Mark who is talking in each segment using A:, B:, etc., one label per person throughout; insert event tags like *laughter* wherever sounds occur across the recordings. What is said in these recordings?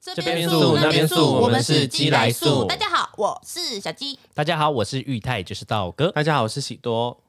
A: 这
B: 这
A: 边
B: 边
A: 素
B: 素
A: 那
B: 那
A: 边
B: 边
A: 素，
B: 素
A: 我
B: 我
A: 们
B: 们
A: 是
B: 是
A: 鸡
B: 鸡
A: 来
B: 来
A: 素。
B: 素
A: 大家好，我是小鸡。
B: 大家好，我是玉泰，就是道哥。
C: 大家好，我是喜多。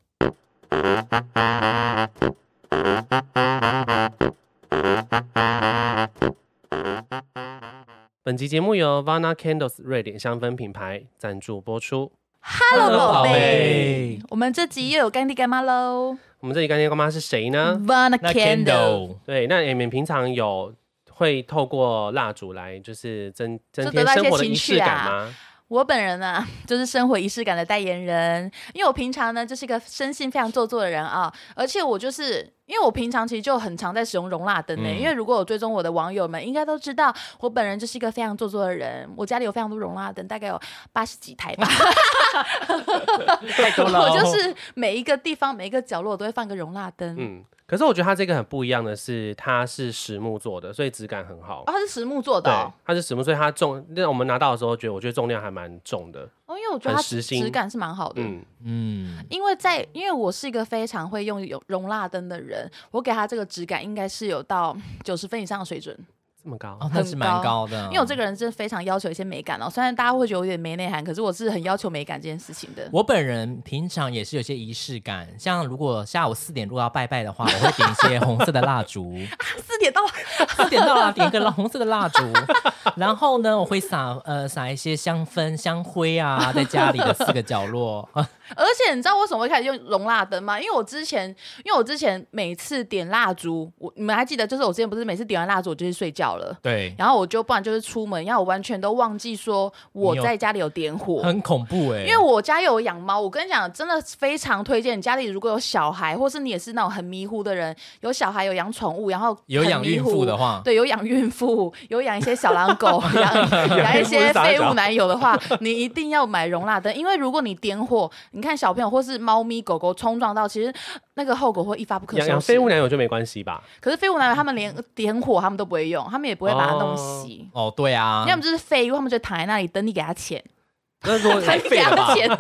C: 本集节目由 Vana Candles 瑞典香氛品牌赞助播出。
A: Hello，
C: 宝贝，
A: 我们这集又有干爹干妈喽
C: 我们这里干爹干妈是谁
A: 啊
C: 呢？
A: ，Vana
B: 那
A: Candle，
B: Candle
C: 对，那你们平常有会透过蜡烛来就是增增
A: 就得
C: 添
A: 到一些
C: 生活的仪
A: 情
C: 式
A: 趣啊
C: 感吗？
A: 我本人呢、啊就是生活仪式感的代言人，因为我平常呢就是一个生性非常做作的人啊，而且我就是因为我平常其实就很常在使用容蜡灯呢、
B: 嗯
A: 因为如果我追踪我的网友们，应该都知道我本人就是一个非常做作的人，我家里有非常多容蜡灯，大概有八十几台吧，
B: 太多了
A: *laughs* 我
B: 哦，
A: 就是每一个地方每一个角落我都会放个容蜡灯，
C: 嗯，可是我觉得它这个很不一样的是，它是实木做的，所以质感很好。
A: 哦，它是实木做的、
C: 对
A: 哦，，
C: 它是实木，所以它重。那我们拿到的时候，觉得我觉得重量还蛮重的。
A: 哦，因为我觉得
C: 很
A: 它
C: 实心
A: 质感是蛮好的，
C: 嗯，
B: 嗯，
A: 因为在因为我是一个非常会用容容蜡灯的人，我给它这个质感应该是有到九十分以上的水准。
C: 这么高，
B: 哦，那是蛮高的，
A: 因为我这个人真的非常要求一些美感哦，虽然大家会觉得我有点没内涵，可是我是很要求美感这件事情的。
B: 我本人平常也是有些仪式感，像如果下午四点如果要拜拜的话，我会点一些红色的蜡烛，
A: 四点到，
B: *laughs* 四点到了点一个红色的蜡 *laughs* 烛，然后呢，我会撒呃撒一些香氛、香灰啊，在家里的四个角落。
A: 而且你知道为什么会开始用容蜡灯吗？因为我之前，因为我之前每次点蜡烛，我你们还记得，就是我之前不是每次点完蜡烛我就去睡觉了，
B: *laughs* 对，
A: 然后我就不然就是出门，然后我完全都忘记说我
B: 你有
A: 在家里有点火，
B: 很恐怖哎、
A: 因为我家有养猫，我跟你讲，真的非常推荐。你家里如果有小孩，或是你也是那种很迷糊的人，有小孩有养宠物，然后
B: 有
A: 很
B: 养
A: 迷
B: 孕
A: 糊
B: 妇的话，
A: 对，有养孕妇，有养一些小狼
B: *laughs*
A: 狗，养养一些废物男友的话，你一定要买容蜡灯，因为如果你点火，你看小朋友或是猫咪狗狗冲撞到，其实那个后果会一发不可
C: 养
A: 收
C: 养废
A: 拾
C: 物。男友就没关系吧？
A: 可是废物男友他们连点火他们都不会用，他们也不会把它弄熄，
B: 哦，对啊，
A: 要么就是废物，他们就躺在那里等你给他钱。
C: 那
A: *laughs*
C: 如果太废了吧？
A: 钱。 *laughs*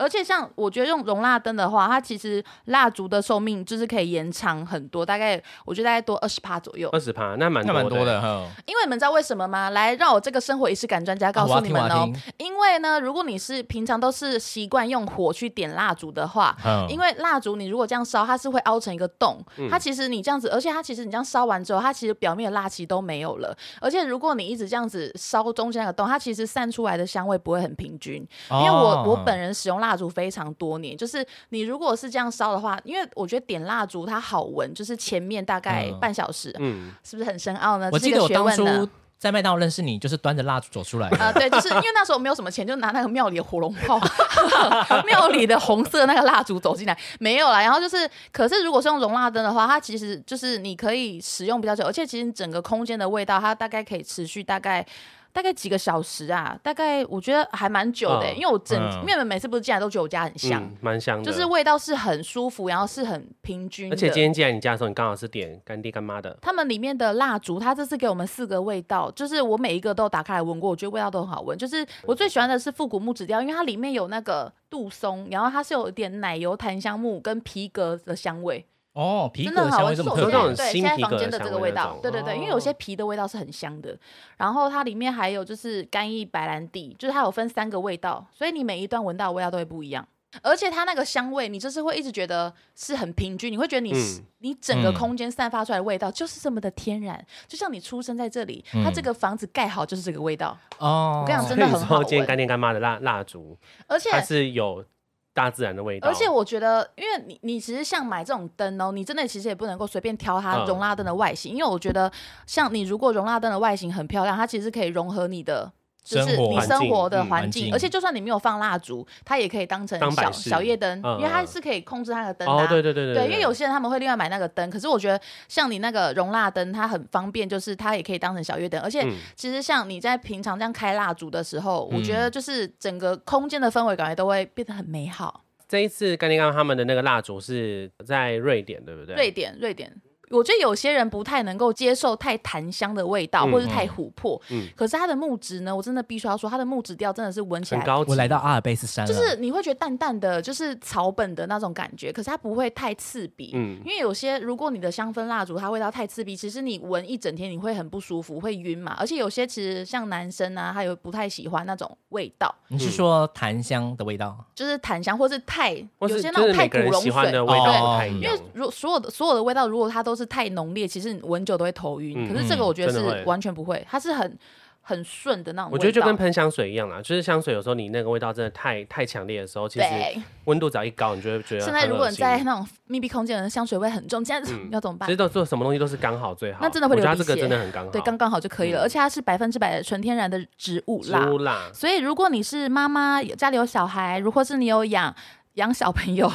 A: 而且像我觉得用容蜡灯的话，它其实蜡烛的寿命就是可以延长很多，大概我觉得大概多二十趴左右。
C: 二十趴，那蛮
B: 那蛮
C: 的。
B: 多的嗯哈。
A: 因为你们知道为什么吗？来，让我这个生活仪式感专家告
B: 啊我
A: 诉
B: 要
A: 你
B: 听
A: 们
B: 我要
A: 哦。
B: 听
A: 因为呢，如果你是平常都是习惯用火去点蜡烛的话，
B: 嗯
A: 因为蜡烛你如果这样烧，它是会凹成一个洞。它其实你这样子，而且它其实你这样烧完之后，它其实表面的蜡气都没有了。而且如果你一直这样子烧中间那个洞，它其实散出来的香味不会很平均。
B: 哦
A: 因为我我本人使用蜡烛非常多年，就是你如果是这样烧的话，因为我觉得点蜡烛它好闻，就是前面大概
B: 嗯
A: 半小时，
C: 嗯，
A: 是不是很深奥呢？
B: 我
A: 这呃是
B: 记
A: 一
B: 得
A: 个
B: 我
A: 学
B: 当
A: 问呢。
B: 初在麦当劳认识你，就是端着蜡烛走出来的。
A: 啊、对，就是因为那时候没有什么钱，就拿那个庙里的火龙炮， *laughs* 庙里的红色那个蜡烛走进来，没有啦。然后就是，可是如果是用容蜡灯的话，它其实就是你可以使用比较久，而且其实整个空间的味道，它大概可以持续大概。大概几个小时啊？大概我觉得还蛮久的、
C: 嗯
A: 因为我整、
B: 嗯
A: 面粉每次不是进来都觉得我家很香，
C: 嗯蛮香的。
A: 就是味道是很舒服，然后是很平均的。
C: 而且今天进来你家的时候，你刚好是点干爹干妈的。
A: 他们里面的蜡烛，它这次给我们四个味道，就是我每一个都有打开来闻过，我觉得味道都很好闻。就是我最喜欢的是复古木质调，因为它里面有那个杜松，然后它是有一点奶油檀香木跟皮革的香味，
B: 哦，皮
A: 真
B: 革
A: 的很好
B: 的香
A: 闻。
B: 味
A: 是
B: 这
A: 我
B: 么
C: 这
A: 现
B: 特别
A: 在
C: 种
A: 对
C: 新
A: 现在
C: 皮
A: 房
C: 革
A: 间
C: 的
A: 的这
C: 香
A: 个
C: 味
A: 味
C: 那
A: 道
C: 种，哦
A: 对对对，因为有些皮的味道是很香的。然后它里面还有就是干邑白兰地，就是它有分三个味道，所以你每一段闻到的味道都会不一样。而且它那个香味，你就是会一直觉得是很平均，你会觉得你、
C: 嗯
A: 你整个
B: 嗯
A: 空间散发出来的味道就是这么的天然，就像你出生在这里，它
B: 嗯
A: 这个房子盖好就是这个味道。
B: 哦
A: 我跟你 *laughs* 讲，真
C: 所
A: 的
C: 以你
A: 很好
C: 说今天干
A: 闻。
C: 爹干妈的蜡蜡烛，
A: 而且
C: 它是有大自然的味道。
A: 而且我觉得，因为你你其实像买这种灯哦，你真的其实也不能够随便挑它
C: 嗯
A: 容蜡灯的外形，因为我觉得像你如果容蜡灯的外形很漂亮，它其实可以融合你的。就是
B: 生活
A: 你生活的
C: 环境嗯
A: 环
B: 环
A: 境，
B: 境
A: 而且就算你没有放蜡烛，它也可以当成
C: 当
A: 小
C: 摆饰
A: 小夜灯，
C: 嗯
A: 因为它
C: 嗯
A: 是可以控制它的灯的啊。
C: 哦，对对对
A: 对因为有些人他们会另外买那个灯，可是我觉得像你那个容蜡灯，它很方便，就是它也可以当成小夜灯，而且
C: 嗯
A: 其实像你在平常这样开蜡烛的时候，我
B: 嗯
A: 觉得就是整个空间的氛围感觉都会变得很美好。
C: 这一次干爹干妈他们的那个蜡烛是在瑞典，对不对？
A: 瑞典，瑞典，我觉得有些人不太能够接受太檀香的味道，
D: 嗯
A: 或是太琥珀。
D: 嗯
A: 可是它的木质呢，我真的必须要说，它的木质调真的是闻起
D: 很
A: 来。
D: 高级。
B: *laughs* 我来到阿尔卑斯山了，
A: 就是你会觉得淡淡的，就是草本的那种感觉，可是它不会太刺鼻，
D: 嗯
A: 因为有些如果你的香氛蜡烛它味道太刺鼻，其实你闻一整天你会很不舒服，会晕嘛。而且有些其实像男生啊，他有不太喜欢那种味道，
B: 你是说檀香的味道？
A: 就是檀香或是太
D: 或
A: 有
D: 是
A: 些那
D: 就
A: 种
D: 是
A: 太
D: 每
A: 古
D: 个人
A: 龙
D: 喜欢
A: 水
D: 的味道
B: 哦
D: 不太一
B: 因
A: 因
D: 样
A: 为，如所有的所有的味道，如果它都是太浓烈，其实你闻久都会头晕。
D: 嗯
A: 可是这个我觉得
D: 真的
A: 是
D: 会
A: 完全不会，它是很很顺的那种味道。
D: 我觉得就跟喷香水一样啦，就是香水有时候你那个味道真的太太强烈的时候，其实
A: 对。
D: 温度只要一高，你就会觉得
A: 现在
D: 很
A: 如
D: 恶
A: 果你
D: 心
A: 在那种密闭空间的香水味很重，现在
D: 嗯
A: 要怎么办
D: 其实？都做什么东西都是刚好最好，
A: 那真的会
D: 我觉
A: 流
D: 得它
A: 鼻
D: 这个
A: 血
D: 真的很刚好，
A: 对，刚刚好就可以了。
D: 嗯
A: 而且它是百分之百的纯天然的植物
D: 植
A: 蜡，
D: 物蜡，
A: 所以如果你是妈妈，有家里有小孩，如或是你有养养小朋友，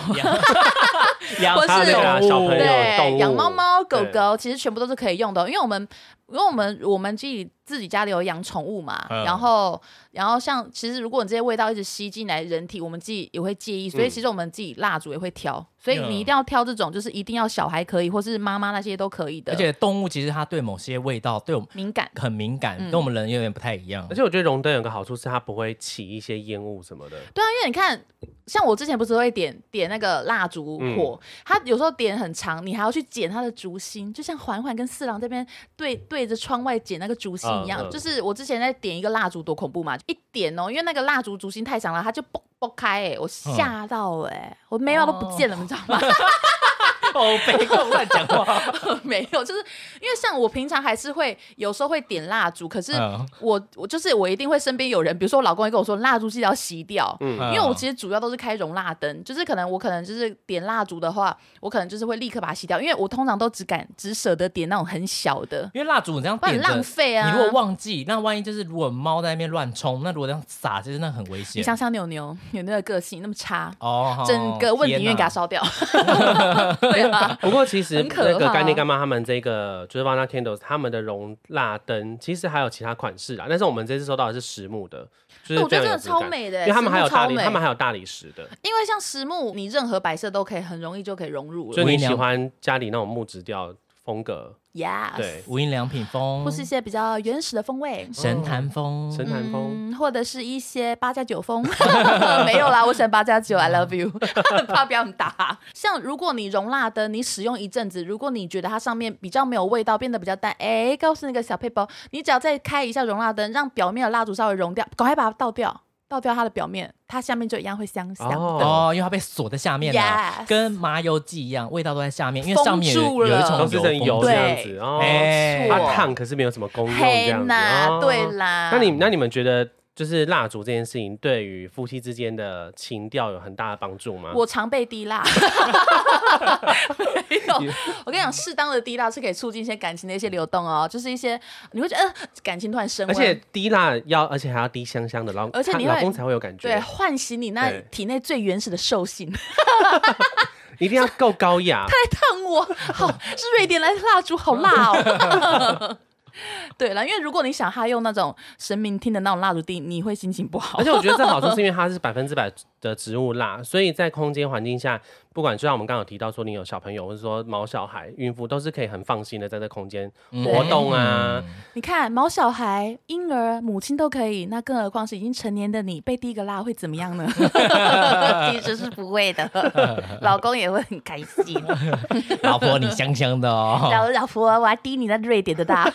A: *laughs* 嗯
B: 养
A: 或是
D: 还有那个小朋友动
A: 对，
D: 物
A: 养猫猫、狗
D: 对
A: 狗，其实全部都是可以用的。因为我们，因为我们我们自己自己家里有养宠物嘛，
B: 嗯
A: 然后然后像其实如果你这些味道一直吸进来人体，我们自己也会介意，所以
D: 嗯
A: 其实我们自己蜡烛也会挑，所以
B: 嗯
A: 你一定要挑这种，就是一定要小孩可以，或是妈妈那些都可以的，
B: 而且动物其实它对某些味道对我们
A: 敏感。
B: 很敏感，
A: 嗯
B: 跟我们人有点不太一样
D: *laughs* 而。且我觉得荣灯有个好处是它不会起一些烟雾什么的，
A: 对啊，因为你看，像我之前不是会点点那个蜡烛
D: 嗯
A: 火，它有时候点很长，你还要去剪它的烛芯，就像环环跟四郎这边对对着窗外剪那个烛芯一样。
D: 嗯嗯
A: 就是我之前在点一个蜡烛，多恐怖嘛！一点哦，因为那个蜡烛烛芯太长了，它就爆爆开、欸，
D: 嗯
A: 我吓到哎、我眉毛都不见了，你知道吗？ *laughs*
B: 哦，别跟我乱讲话。
A: 没有，就是因为像我平常还是会有时候会点蜡烛，可是
B: 嗯
A: 我、我就是我一定会身边有人，比如说我老公会跟我说蜡烛记得要熄掉，
D: 嗯
A: 因为我其实主要都是开容蜡灯，就是可能我可能就是点蜡烛的话，我可能就是会立刻把它熄掉，因为我通常都只敢只舍得点那种很小的，
B: 因为蜡烛你这样
A: 不然
B: 点
A: 很
B: 着，
A: 浪费啊。
B: 你如果忘记，那万一就是如果猫在那边乱冲，那如果这样撒，就是那很危
A: 你
B: 险。
A: 想想牛牛，牛牛的个性那么差，
B: 哦，
A: 整个问题
B: 天
A: 院
B: 哪
A: 给它烧掉。
D: *laughs*
A: 对啊，
D: 不过其实
A: 很可
D: 那个
A: 怕啊
D: 干爹干妈他们这个就是 Vana Candles 他们的容蜡灯，其实还有其他款式啦，但是我们这次收到的是实木的， *laughs* 就是
A: 哦我觉得
D: 非
A: 真
D: 常有
A: 的
D: 质
A: 超
D: 感。
A: 美的、欸
D: 因为他们还有
A: 实木超
D: 大理，
A: 美，
D: 他们还有大理石的，
A: 因为像实木，你任何白色都可以很容易就可以融入了。
D: 就你
B: 微
D: 喜
B: 凉
D: 欢家里那种木质调风格，
A: Yes，
D: 对，
B: 无印良品风，
A: 或是一些比较原始的风味。
B: 神坛风，
D: 哦神坛风。
A: 嗯，或者是一些八加九风， *laughs* 没有啦，我选八加九，I love you，怕 *laughs* 不要你打。像如果你容蜡灯，你使用一阵子，如果你觉得它上面比较没有味道，变得比较淡，哎，告诉那个小配包，你只要再开一下容蜡灯，让表面的蜡烛稍微融掉，赶快把它倒掉，倒掉它的表面，它下面就一样会香香的。
B: 哦，因为它被锁在下面了
A: Yes，
B: 跟麻油鸡一样，味道都在下面，因为上面
A: 封住
B: 有有一
A: 了
B: 种
D: 都哦是这油
B: 封
D: 这
A: 对
D: 样子哦，
B: 哎
D: 它
A: 错
D: 烫可是没有什么功用这
A: 嘿
D: 样子。
A: 呐
D: 哦，
A: 对啦，
D: 那你那你们觉得就是蜡烛这件事情对于夫妻之间的情调有很大的帮助吗？
A: 我常被滴
D: *laughs*
A: 蜡，没有。我跟你讲，适当的滴蜡是可以促进一些感情的一些流动哦，就是一些你会觉得、呃、感情突然升
D: 而
A: 温，
D: 且滴蜡要，而且还要滴香香的，然后
A: 而且
D: 他
A: 你会
D: 老公才会有感
A: 对
D: 觉，
A: 唤醒你那
D: 对
A: 体内最原始的兽性。 *laughs*
D: 一定要够高雅。
A: 烫我，好是瑞典来的蜡烛，好辣
D: *laughs*
A: 哦。对了，因为如果你想他用那种神明听的那种蜡烛滴，你会心情不好
D: 而。且我觉得这好处是因为它是百分之百的植物蜡，所以在空间环境下，不管就像我们刚刚有提到说，你有小朋友或者说毛小孩、孕妇，都是可以很放心的在这空间
B: 嗯
D: 活动啊。
A: 你看毛小孩、婴儿、母亲都可以，那更何况是已经成年的你被滴个蜡会怎么样 *laughs* 呢？其实是不会
D: *laughs*
A: 的，老公也会很开心。
B: 老婆你香香的哦，
A: 老老婆，我要滴你那瑞典的 *laughs* 蜡，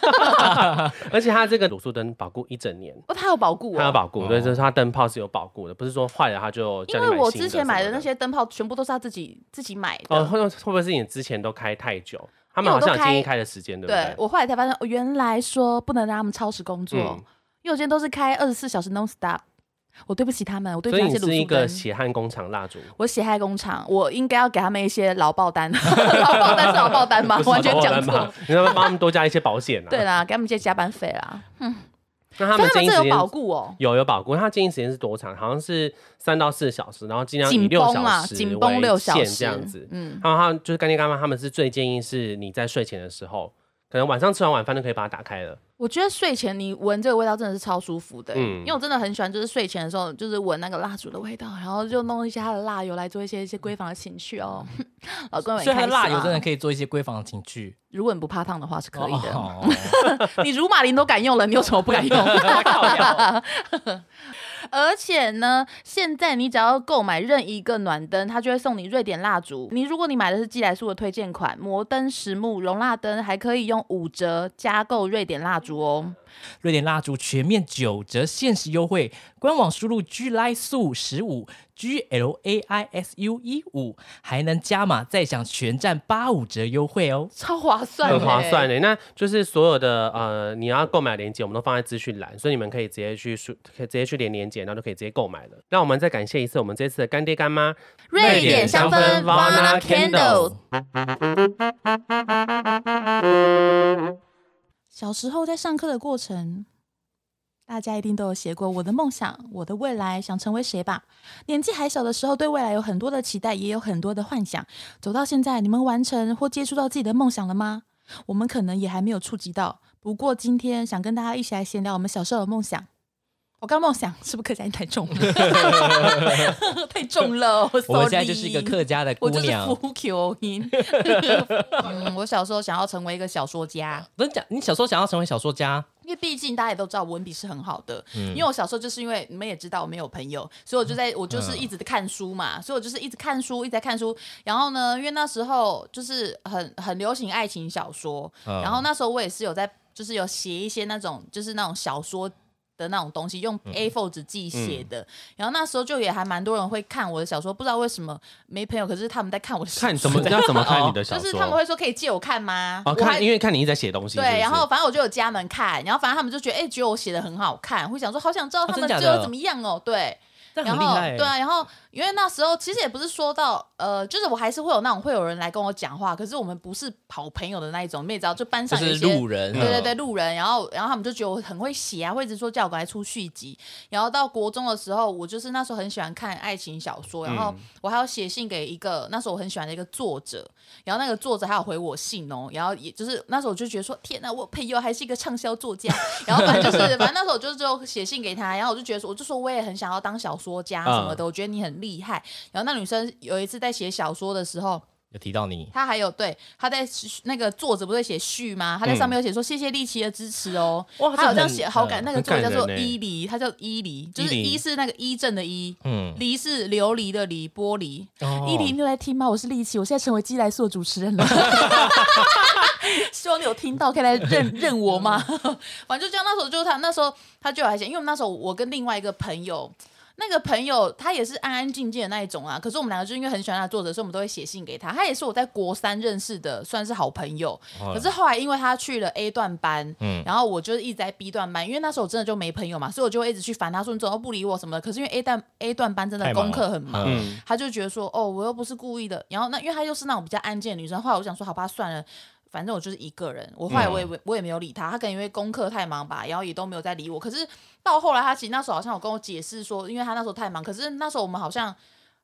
D: 而且它这个卤素灯保固一整年。
A: 哦，它有保固
D: 它有
A: 哦。
D: 保固，对，就是它灯泡是有保固的，不是说坏了它就叫
A: 因
D: 你
A: 为我
D: 新的
A: 之前买
D: 什
A: 的
D: 么
A: 那些灯泡全部都是他自己自己买的。
D: 哦，会会不会是你之前都开太久？他们
A: 因为
D: 好
A: 我都
D: 像有建议
A: 开
D: 开的时间，对不
A: 对
D: 对？
A: 我后来才发现，哦，原来说不能让他们超时工作，
D: 嗯
A: 因为我今天都是开二十四小时 non stop。我对不起他们，我对不起
D: 所以
A: 那
D: 你
A: 些卤
D: 是一
A: 素
D: 个
A: 灯。
D: 血汗工厂蜡
A: *laughs*
D: 烛，
A: 我血汗工厂，我应该要给他们一些劳报单， *laughs* 劳报单是劳报单吗？
D: 不是
A: 完全
D: 保
A: 讲
D: 单吧
A: 错。？
D: *laughs* 你要不要帮他们多加一些保险啊？
A: 对，啦，给他们一些加班费啦。
D: 那他
A: 所以
D: 们
A: 他
D: 建
A: 们
D: 议
A: 这
D: 时
A: 有保
D: 间
A: 固哦，
D: 有有保固，他建议时间是多长？好像是三到四小时，然后尽量以
A: 紧
D: 六
A: 绷
D: 小
A: 啊，
D: 时
A: 紧
D: 为
A: 绷六小
D: 限
A: 时
D: 这样子。
A: 嗯，
D: 然后他就是干爹干妈，他们是最建议是你在睡前的时候
C: 可能晚上吃完晚饭就可以把它打开了。
A: 我觉得睡前你闻这个味道真的是超舒服的、欸
C: 嗯
A: 因为我真的很喜欢，就是睡前的时候，就是闻那个蜡烛的味道，然后就弄一些它的蜡油来做一些一些闺房的情趣哦。 *laughs* 老公有
B: 所以它
A: 开始
B: 的辣
A: 吗
B: 油真的可以做一些闺房情趣，
A: 如果你不怕烫的话是可以的。
B: 哦
A: 你如马林都敢用了，你有什么不敢 *laughs* 用？ *laughs* 而且呢，现在你只要购买任一个暖灯，它就会送你瑞典蜡烛。你如果你买的是寄来素的推荐款摩登实木容蜡灯，还可以用五折加购瑞典蜡烛哦。
B: 瑞典蜡烛全面九折限时优惠，官网输入 G 来素十五 G L A I S U 一五，还能加码再享全站八五折优惠哦。
A: 超划算、
C: 很划算。的。那就是所有的呃，你要购买链接，我们都放在资讯栏，所以你们可以直接去输，可以直接去连链接，然后就可以直接购买了。那我们再感谢一次我们这次的干爹干妈，
A: 瑞典香氛 Vana Candle。小时候在上课的过程，大家一定都有写过我的梦想、我的未来想成为谁吧。年纪还小的时候，对未来有很多的期待，也有很多的幻想。走到现在，你们完成或接触到自己的梦想了吗？我们可能也还没有触及到。不过今天想跟大家一起来闲聊我们小时候的梦想。我刚梦想是不是客家音太重了？ *laughs* 太重了，哦
B: 我们现在就是一个
A: sorry
B: 客家的姑
A: 我就是
B: 娘，
A: 浮球音。 *laughs* 嗯，我小时候想要成为一个小说家，
B: 不是讲你小时候想要成为小说家，
A: 因为毕竟大家也都知道我文笔是很好的。
D: 嗯
A: 因为我小时候就是因为你们也知道我没有朋友，所以我就在我就是
D: 嗯
A: 一直看书嘛，所以我就是一直看书，一直在看书。然后呢，因为那时候就是很很流行爱情小说，
B: 嗯
A: 然后那时候我也是有在就是有写一些那种就是那种小说。的那种东西，用
D: 嗯
A: A4 纸自己写的，然后那时候就也还蛮多人会看我的小说，不知道为什么没朋友，可是他们在看我的小说
D: 看怎么要怎么看你的小
A: 哦就
D: 说？
A: 是他们会说可以借我看吗？
D: 哦，
A: 我还
D: 看因为看你一直在写东西，是不
A: 对，
D: 是
A: 然后反正我就有加盟看，然后反正他们就觉得哎、觉得我写的很好看，会想说好想知道
B: 哦
A: 他们
B: 真假
A: 最
B: 的
A: 后怎么样哦。对，
B: 但
A: 然
B: 很厉
A: 后
B: 害欸。
A: 对啊，然后因为那时候其实也不是说到呃，就是我还是会有那种会有人来跟我讲话，可是我们不是好朋友的那一种，你也知道，就班
B: 就
A: 上有一
B: 是
A: 些
B: 路人，嗯
A: 对对对，路人，然后然后他们就觉得我很会写啊，会一直说叫我赶快出续集。然后到国中的时候，我就是那时候很喜欢看爱情小说，然后我还要写信给一个那时候我很喜欢的一个作者，然后那个作者还有回我信哦，然后也就是那时候我就觉得说天呐，我朋友还是一个畅销作家，然后反正就是反正那时候我就就写信给他，然后我就觉得说我就说我也很想要当小说家什么的，我觉得你很厉害。然后那女生有一次在写小说的时候。
B: 有提到你，
A: 他还有对他在那个作者不是写序吗？他在上面有写说谢谢丽奇的支持哦。
B: 嗯哇
A: 他有
B: 这
A: 这样
B: 很
A: 写，好感
B: 嗯
A: 那个作者
D: 很感
A: 叫做
D: 人欸
A: 伊犁，他叫伊犁，就是
D: 伊犁
A: 伊是那个伊正的伊，
B: 嗯，
A: 犁是琉璃的璃，玻璃。
B: 哦
A: 伊犁，你有在听吗？我是丽奇，我现在成为基来素的主持
D: *laughs*
A: 人了。希望你有听到，可以来认认我吗？ *laughs* 反正就这样，那时候就是他，那时候他就有来写，因为我们那时候我跟另外一个朋友。那个朋友他也是安安静静的那一种啊，可是我们两个就因为很喜欢他的作者，所以我们都会写信给他。他也是我在国三认识的，算是好朋友。
D: 哦
A: 可是后来因为他去了 A 段班，
D: 嗯
A: 然后我就一直在 B 段班，因为那时候我真的就没朋友嘛，所以我就会一直去烦他说你怎么都不理我什么的。可是因为 A 段 A 段班真的
B: 太忙
A: 功课
B: 了
A: 很忙，
D: 嗯，
A: 他就觉得说，哦，我又不是故意的。然后那因为她又是那种比较安静的女生，后来我想说，好吧，算了。反正我就是一个人，我后来我也、
D: 嗯
A: 我也没有理她，她可能因为功课太忙吧，然后也都没有再理我。可是到后来，她其实那时候好像有跟我解释说，因为她那时候太忙，可是那时候我们好像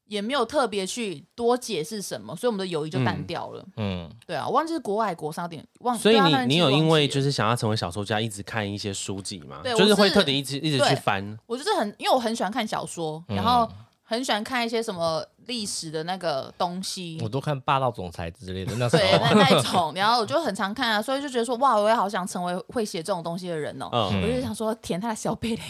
A: 也没有特别去多解释什么，所以我们的友谊就淡掉了。
B: 嗯，
A: 对啊，我忘记是国外国商点忘，
D: 所以
A: 对啊
D: 你
A: 那其
D: 你
A: 实
D: 有
A: 忘
D: 因为
A: 记了
D: 就是想要成为小说家，一直看一些书籍吗？
A: 对
D: 就
A: 我是
D: 会特地一直一直
A: 对
D: 去
A: *laughs*
D: 翻。
A: 我就是很，因为我很喜欢看小说，然后很喜欢看一些什么历史的那个东西。
B: 我都看霸道总裁之类的，那
A: 嗯
B: 时
A: 对，那
B: 候
A: 那一种，然后我就很常看啊，所以就觉得说，哇，我也好想成为会写这种东西的人哦、
D: 嗯，
A: 我就想说舔他的小贝雷，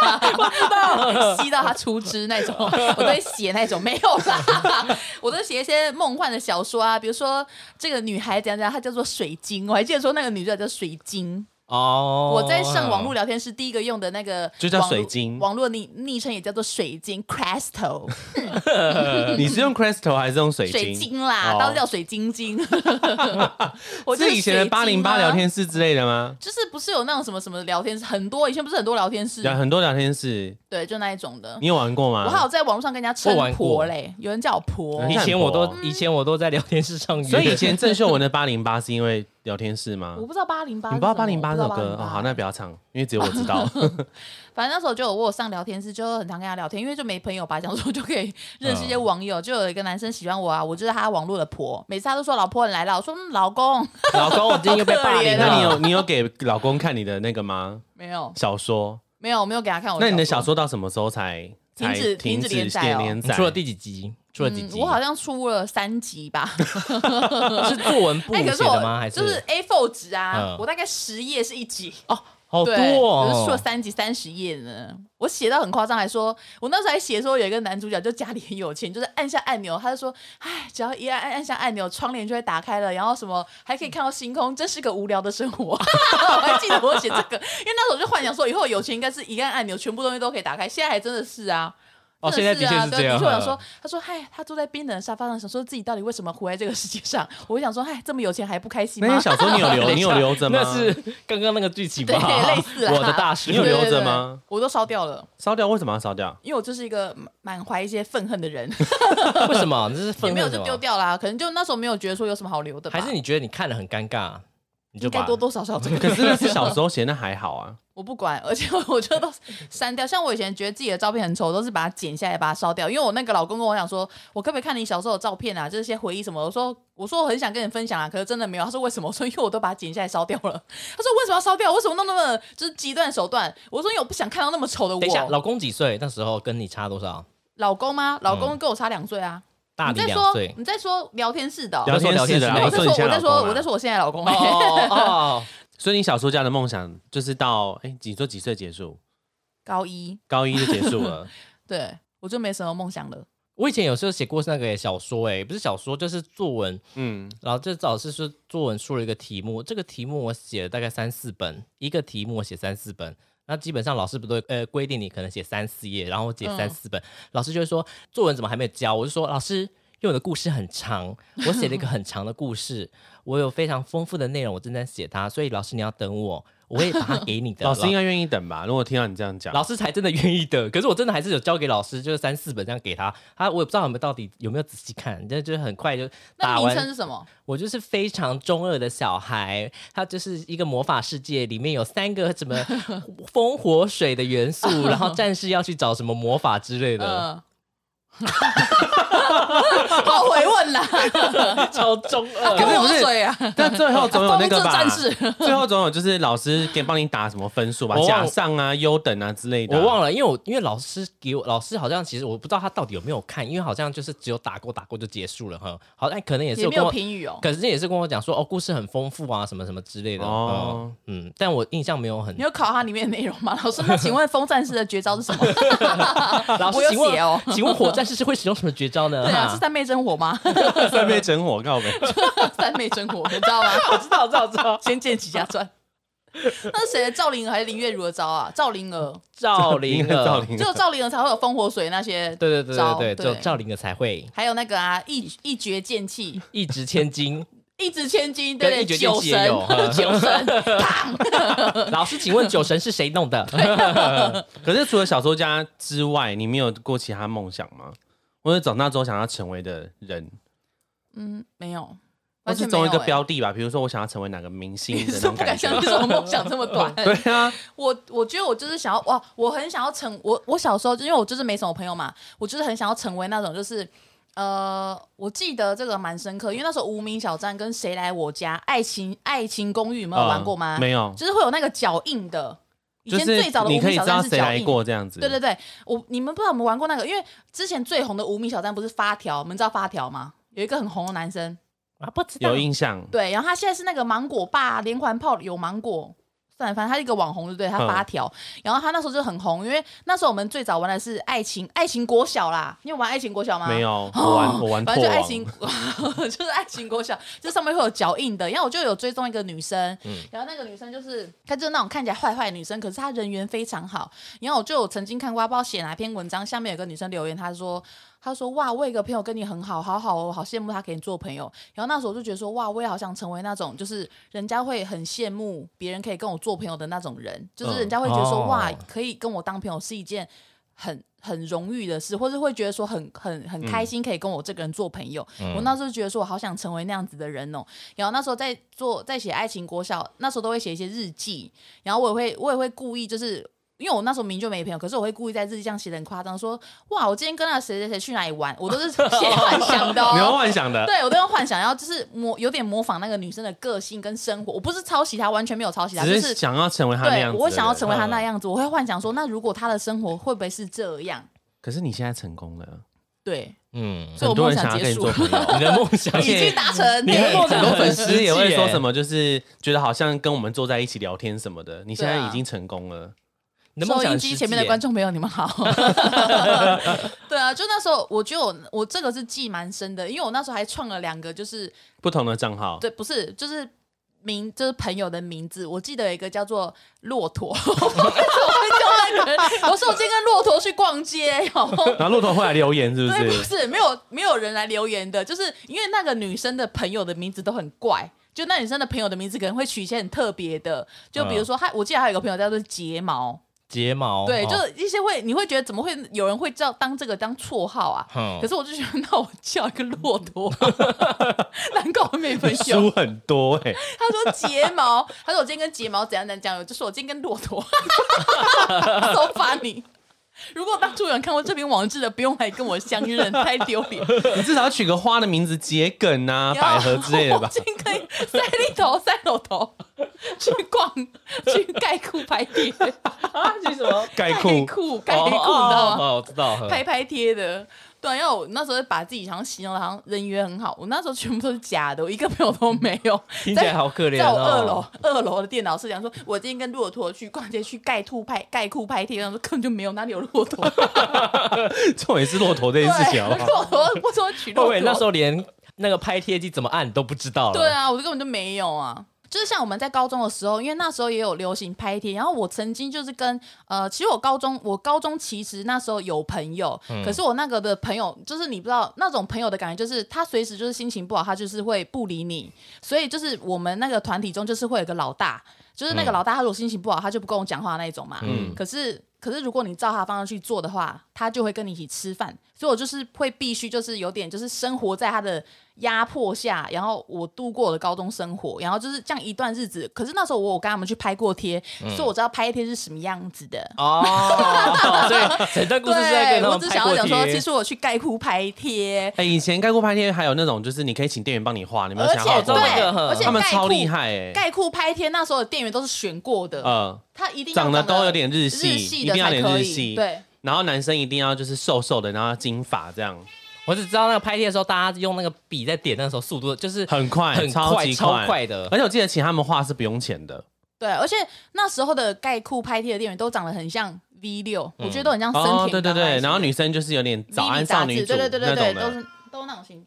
A: 哇吸到他出汁那种，我都会写那种，没有啦，我都写一些梦幻的小说啊，比如说这个女孩怎样怎样，她叫做水晶，我还记得说那个女主角叫水晶，
B: 哦，
A: 我在上网络聊天室第一个用的那个
D: 就叫
A: 网络
D: 水晶
A: 网络昵昵称也叫做水晶 crystal
D: 呃你是用 crystal 还是用水
A: 水
D: 晶？
A: 晶啦，
D: 哦
A: 当时叫水晶
D: *laughs*
A: 晶。我就是
D: 以前的
A: 水晶
D: 八零八
A: 啊
D: 聊，天室之类的吗？
A: 就是不是有那种什么什么聊天室，很多以前不是很多聊天室，
D: 有很多聊天室，
A: 对，就那一种的。
D: 你有玩过
A: 我还有
D: 吗？
A: 在网络上跟人家
B: 我玩
A: 称
B: 过
A: 婆嘞，有人叫我婆
D: 嗯，
B: 以前我都以前我都在聊天室上约，
D: 所以以前郑秀文的八零八是因为聊天室吗？
A: *laughs* 我不知道八零八，
D: 你不知道八零八这首歌
A: 啊、
D: 哦，好，那不要唱，因为只有我
A: *laughs*
D: 知道。
A: 反正那时候就有我有上聊天室，就很常跟他聊天，因为就没朋友吧， *laughs* 想说就可以认识一些
B: 嗯
A: 网友。就有一个男生喜欢我啊，我就是他网络的婆，每次他都说老婆你来了，我说、嗯、老公
B: 老公我今天又被霸 *laughs* 凌
D: 那你有
B: 了，
D: 你有给老公看你的那个吗？
A: 没有
D: 小说？
A: 没有没有给他看我。
D: 那你的小。说到什么时候才
A: 哦停
D: 才
A: 止
D: 停
A: 停止连载
D: 写
A: 哦
D: 连
B: 你
D: 载？
B: 出了第几集？出了几
A: 嗯，
B: 集？啊
A: 我好像出了三集吧。
B: 是作文
A: *laughs*
B: 部
A: 哎、可
B: 写
A: 是
B: 的吗？还
A: 我就是 A4 纸
B: 嗯
A: 啊，我大概十页是一集，
B: 好多
A: 对，
B: 哦
A: 我是出了三集三十页呢。我写到很夸张，还说我那时候还写说有一个男主角就家里很有钱，就是按下按钮，他就说，哎，只要一按按按下按钮，窗帘就会打开了，然后什么还可以看到星空，真是个无聊的生
B: *laughs*
A: 活。我还记得我写这个，因为那时候我就幻想说以后有钱应该是一按按钮，全部东西都可以打开。现在还真的是啊。
B: 哦
A: 真的
B: 现在的确
A: 啊
B: 是
A: 对
B: 这样
A: 的确，我想说，他说：“嗨，他坐在冰冷的沙发上，想说自己到底为什么活在这个世界上？”我就想说：“嗨，这么有钱还不开心
D: 那
A: 吗？”
D: 些小说你有
A: *laughs*
D: 留，你有留着吗？
B: 那是刚刚那个剧情吧？
A: 对类似啦
B: 我的大师，
D: 你有
A: 对
D: 留着？
A: 对
D: 吗
A: 对？我都烧掉了。
D: 烧掉？为什么要烧掉？
A: 因为我就是一个满满怀一些愤恨的
B: *laughs*
A: 人，
B: 为什么？这是
A: 也
B: 愤
A: 没有
B: 恨的
A: 就
B: 吗
A: 丢掉啦。可能就那时候没有觉得说有什么好留的吧，
B: 还是你觉得你看了很尴尬，你就
A: 应该
B: 把
A: 多多少少
B: *laughs*
A: 这个。
D: 可是那是小时候写，那还好啊。
A: 我不管，而且我就都删掉。像我以前觉得自己的照片很丑，都是把它剪下来，把它烧掉。因为我那个老公跟我讲说，我可不可以看你小时候的照片啊？这些回忆什么？我说我说我很想跟你分享啊，可是真的没有。他说为什么？我说因为我都把它剪下来烧掉了。他说为什么要烧掉？为什么弄那么就是极端手段？我说因为我不想看到那么丑的
B: 等一下，
A: 我。
B: 老公几岁？那时候跟你差多少？
A: 老公吗？老公跟我差两岁啊。
B: 嗯
A: 你
B: 大你
A: 在
B: 两
A: 说
B: 岁。
A: 你在说聊天室的哦、
B: 聊
D: 天室的啊，
B: 哎
A: 我
D: 我
A: 在
D: 说
A: 说，
D: 你现
A: 我在
D: 在老公
A: 说，
D: 啊
A: 我在，说我现在老公、
B: 哦哦哦，
D: 所以你小说家的梦想就是到哎，你说几岁结束？
A: *laughs* 高一，
D: 高一就结束了，
A: *laughs* 对我就没什么梦想了。
B: 我以前有时候写过那个小说，哎，不是小说，就是作文。
D: 嗯，
B: 然后这老师是作文出了一个题目，这个题目我写了大概三四本，一个题目我写三四本。那基本上老师不都会呃规定你可能写三四页，然后我写三四本，老师就会说作文怎么还没有交？我就说老师，因为我的故事很长，我写了一个很长的故事，我有非常丰富的内容，我正在写它，所以老师你要等我，我会把它给你
D: *laughs*
B: 的。
A: 啊
D: 老师应该愿意等吧？如果听到你这样讲，
B: 老师才真的愿意的。可是我真的还是有交给老师，就是三四本这样给他，他我也不知道有没有到底有没有仔细看，但就是很快就
A: 那
B: 打
A: 名称
B: 完。
A: 是什么？
B: 我就是非常中二的小孩，他就是一个魔法世界里面有三个
A: *laughs*
B: 什么风火水的元素，然后战士要去找什么魔法之类的，
A: 嗯， *laughs* 好回问啦，
B: *laughs* 超中
A: 跟
B: 二。
D: 是
A: 我
D: 不是
A: 水嗯 *laughs* 啊，
D: 但最后总有那个吧，
A: 风之战
D: 最后总有就是老师给帮你打什么分数吧
B: 我，忘
D: 甲
B: 了
D: 上啊、优等啊之类的啊。
B: 我忘了，因为我因为老师给我老师好像其实我不知道他到底有没有看，因为好像就是只有打过打过就结束了哈。好，那可 *laughs* 能也是
A: 也没
B: 跟
A: 有
B: 我
A: 评语哦。
B: 可是也是跟我讲说，哦，故事很丰富啊，什么什么之类的。
D: 哦
B: *laughs* 哦，嗯，但我印象没有很
A: 你。有考它里面的内容吗？老师，那请问风战士的绝招是什
B: *laughs*
A: 么？
B: 老师
A: 我，有
B: 请问
A: 写哦
B: *laughs* 请问火战士是会使用什么绝招呢？
A: 对啊，
B: 哈 *laughs*
A: 是三昧真火吗？
D: 三杯整火告呗。
A: 三昧真火，你知道吗？ *laughs*
B: 我知道，我知道，我知道。
A: 仙剑奇侠传。那是谁的赵灵儿还是林月如的招啊？赵啊灵
B: *laughs*
A: 儿，
B: 赵啊灵儿，
D: 赵灵
A: 只有赵灵儿才会有风火水那些，
B: 对对对
A: 招
B: 对对，只有
A: 对
B: 赵灵儿才会
A: 还有那个啊，一一绝剑气，
B: 一掷
A: *laughs*
B: 千金。
A: 一掷千金，对
B: 对
A: 对，
B: 一掷千
A: 酒
B: 金也
A: 神
B: 有
A: *laughs*
B: 呵，
A: 酒神，
D: *laughs*
A: 嗯
B: 老师，请问酒神是谁弄的？
A: *laughs* 哎
B: *laughs*
D: 可是除了小说家之外，你没有过其他梦想吗？或者长大之后想要成为的人，
A: 嗯，没有，
D: 或
A: 完
D: 哦是
A: 全
D: 总有一个
A: 没有欸。
D: 标的吧？比如说，我想要成为哪个明星
A: 你 *laughs*
D: 的那
A: 是
D: 种
A: 不敢
D: 感
A: 相信
D: 觉。
A: 这种梦想这么短。
D: *laughs* 对啊，
A: 我我觉得我就是想要哇，我很想要成我我小时候，因为我就是没什么朋友嘛，我就是很想要成为那种就是。呃，我记得这个蛮深刻，因为那时候无名小站跟谁来我家、爱情爱情公寓，你们有玩过吗？
D: 嗯没有，
A: 就是会有那个脚印的。以
D: 就
A: 前
D: 是
A: 最早的
D: 你
A: 无
D: 可
A: 名
D: 以
A: 小
D: 知
A: 站
D: 道
A: 是
D: 谁
A: 脚
D: 来
A: 印，
D: 过这样子。
A: 对对对，我你们不知道我们玩过那个，因为之前最红的无名小站不是发条，你们知道发条吗？有一个很红的男生，
B: 啊，不知道
D: 有。印象。
A: 对，然后他现在是那个芒果爸连环炮有芒果。算了，反正他是一个网红，对
D: 嗯
A: 不对？他发条，然后他那时候就很红，因为那时候我们最早玩的是爱情爱情国小啦。你有玩爱情国小吗？
D: 没有，我玩我玩
A: 啊反
D: 破
A: 正就爱
D: 网。。
A: 情，就是爱情 *laughs* 国小，就上面会有脚印的。然后我就有追踪一个女生，然后那个女生就是她就是那种看起来坏坏的女生，可是她人缘非常好。然后我就有曾经看过，她不知道写哪篇文章，下面有个女生留言，她说。她说：“哇，我有一个朋友跟你很好，好好哦，好羡慕她可以做朋友。”然后那时候我就觉得说：“哇，我也好想成为那种，就是人家会很羡慕别人可以跟我做朋友的那种人，就是人家会觉得说，
B: 嗯哦
A: 哇，可以跟我当朋友是一件很很荣誉的事，或是会觉得说很很很
B: 嗯
A: 开心可以跟我这个人做朋友。我那时候就觉得说我好想成为那样子的人哦、然后那时候在做在写爱情国小，那时候都会写一些日记，然后我也会我也会故意就是。因为我那时候明明就没朋友，可是我会故意在日记上写的很夸张，说哇，我今天跟那谁谁谁去哪里玩，我都是 *laughs* 写幻想的、哦
D: 你要幻想的，
A: 对我都用幻想，然后就是模有点模仿那个女生的个性跟生活。我不是抄袭她，完全没有抄袭她，啊就
D: 只
A: 是
D: 是想要成为他那
A: 对
D: 样子。
A: 我会想要成为她
D: 嗯
A: 那。样子，我会幻想说，那如果她的生活会不会是这样？
D: 可是你现在成功了，
A: 对，
B: 嗯，
A: 所以我
D: 很多
A: 梦
D: 人
A: 想
D: 想要
A: 结
D: 跟你
A: 束
D: 做，
A: *laughs*
D: 朋友。
B: 你的梦想
D: 而
A: 已
D: 且
A: 经达成。
B: 你的
A: 对
B: 梦
D: 很
B: 想
D: 多
B: 很
D: 粉丝也会
B: 实际
D: 说
B: 耶
D: 什么，就是觉得好像跟我们坐在一起聊天什么的。你现
A: 对
D: 在
A: 啊
D: 已经成功了，
B: 你的梦
A: 收音
B: 想很
A: 机
B: 实
A: 前面
B: 际
A: 的
B: 耶
A: 观众朋友，你们
B: *laughs*
A: 好。对啊，就那时候我觉得我我这个是记蛮深的，因为我那时候还创了两个，就是
D: 不同的账号，
A: 对，不是就是名，就是朋友的名字。我记得有一个叫做骆驼， *laughs* 我说我今天跟骆驼去逛街，然后
D: 然后骆驼会来留言，是不
A: 对，不
D: 是？
A: 是没有没有人来留言的，就是因为那个女生的朋友的名字都很怪。就那女生的朋友的名字可能会取一些很特别的，就
B: 啊
A: 比如说她，我记得还有一个朋友叫做睫毛，
B: 睫毛，
A: 对，
B: 哦
A: 就是一些会你会觉得怎么会有人会叫当这个当绰号啊？
B: 嗯
A: 可是我就觉得那我叫一个骆驼， *laughs* 难怪我没朋友。
D: 书很多哎、
A: 他说睫毛，他说我今天跟睫毛怎样怎样怎样，我就说我今天跟骆驼 *laughs* ，so funny。如果当初有人看过这篇网志的，不用来跟我相认，太丢脸。
D: 你至少要取个花的名字，桔梗
A: 然
D: 啊、
A: 后
D: 百合之类的
A: 我 *laughs*
D: 吧。
A: 今天可以塞里头、塞老头 *laughs* 去逛，去盖库拍贴，
B: 啊，这是什么？
D: 概
A: 盖
D: 括
A: 库盖库，你知道吗？
B: 哦，我知道。呵
A: 拍拍贴的。对，啊因为我那时候把自己好像形容的好像人缘很好，我那时候全部都是假的，我一个朋友都没有。
B: 听起来好可怜
A: 在
B: 哦。
A: 我二楼二楼的电脑室讲说，我今天跟骆驼去逛街，去盖兔拍盖裤拍贴，然后说根本就没有哪里有骆
B: *laughs*
A: 驼，
D: 重点是骆驼这
A: 对，
D: 件事
B: 啊
D: 情，好不好？
A: 骆驼 *laughs* 为什么取
B: 会 *laughs*
A: 骆驼？
B: 不会那时候连那个拍贴机怎么按你都不知道了？
A: 对，啊，我根本就没有啊。就是像我们在高中的时候，因为那时候也有流行拍贴，然后我曾经就是跟呃，其实我高中我高中其实那时候有朋友，可是我那个的朋友就是你不知道那种朋友的感觉，就是他随时就是心情不好，他就是会不理你，所以就是我们那个团体中就是会有个老大，就是那个老大他如果心情不好，他就不跟我讲话那一种嘛，
B: 嗯
A: 可是，可是如果你照他的方式去做的话，他就会跟你一起吃饭。所以我就是会必须就是有点就是生活在他的压迫下，然后我度过我的高中生活，然后就是这样一段日子。可是那时候我有跟他们去拍过贴，所以我知道拍贴是什么样子的。
B: 哦， *laughs* 所以整段故事是在
A: 对，
B: 跟他
A: 我
B: 们
A: 只
B: 拍
A: 想要
B: 过
A: 讲说，
B: 贴
A: 其实我去盖库拍贴，
D: 哎、以前概括拍贴还有那种，就是你可以请店员帮你画，你们有
A: 而
D: 想好
A: 且
D: 过
A: 对，
D: 吗
B: 我知道那个
A: 而且
D: 他们
A: 盖
D: 超
A: 库
D: 厉害哎、
A: 盖库拍贴那时候的店员都是选过的，
D: 呃，
A: 他一定要
D: 长得都有点日
A: 日
D: 系，
A: 系
D: 一
A: 的
D: 定要
A: 才
D: 点
A: 可
D: 日
A: 以，
D: 系，。
A: 对。
D: 然后男生一定要就是瘦瘦的，然后金发这样，
B: 我只知道那个拍贴的时候，大家用那个笔在点，那个时候速度就是
D: 很快，
B: 很
D: 超级
B: 超快的。
D: 而且我记得请他们画是不用钱的，
A: 对，而且那时候的盖库拍贴的店员都长得很像 V 六、我觉得都很像森
D: 哦
A: 田，
D: 对对
A: 刚开
D: 对，
A: 始
D: 然后女生就是有点早
A: Vivi
D: 安
A: 杂
D: 少女
A: 志对
D: 组
A: 对对对
D: 那
A: 对，
D: 种
A: 都
D: 的。
A: 是都那种型。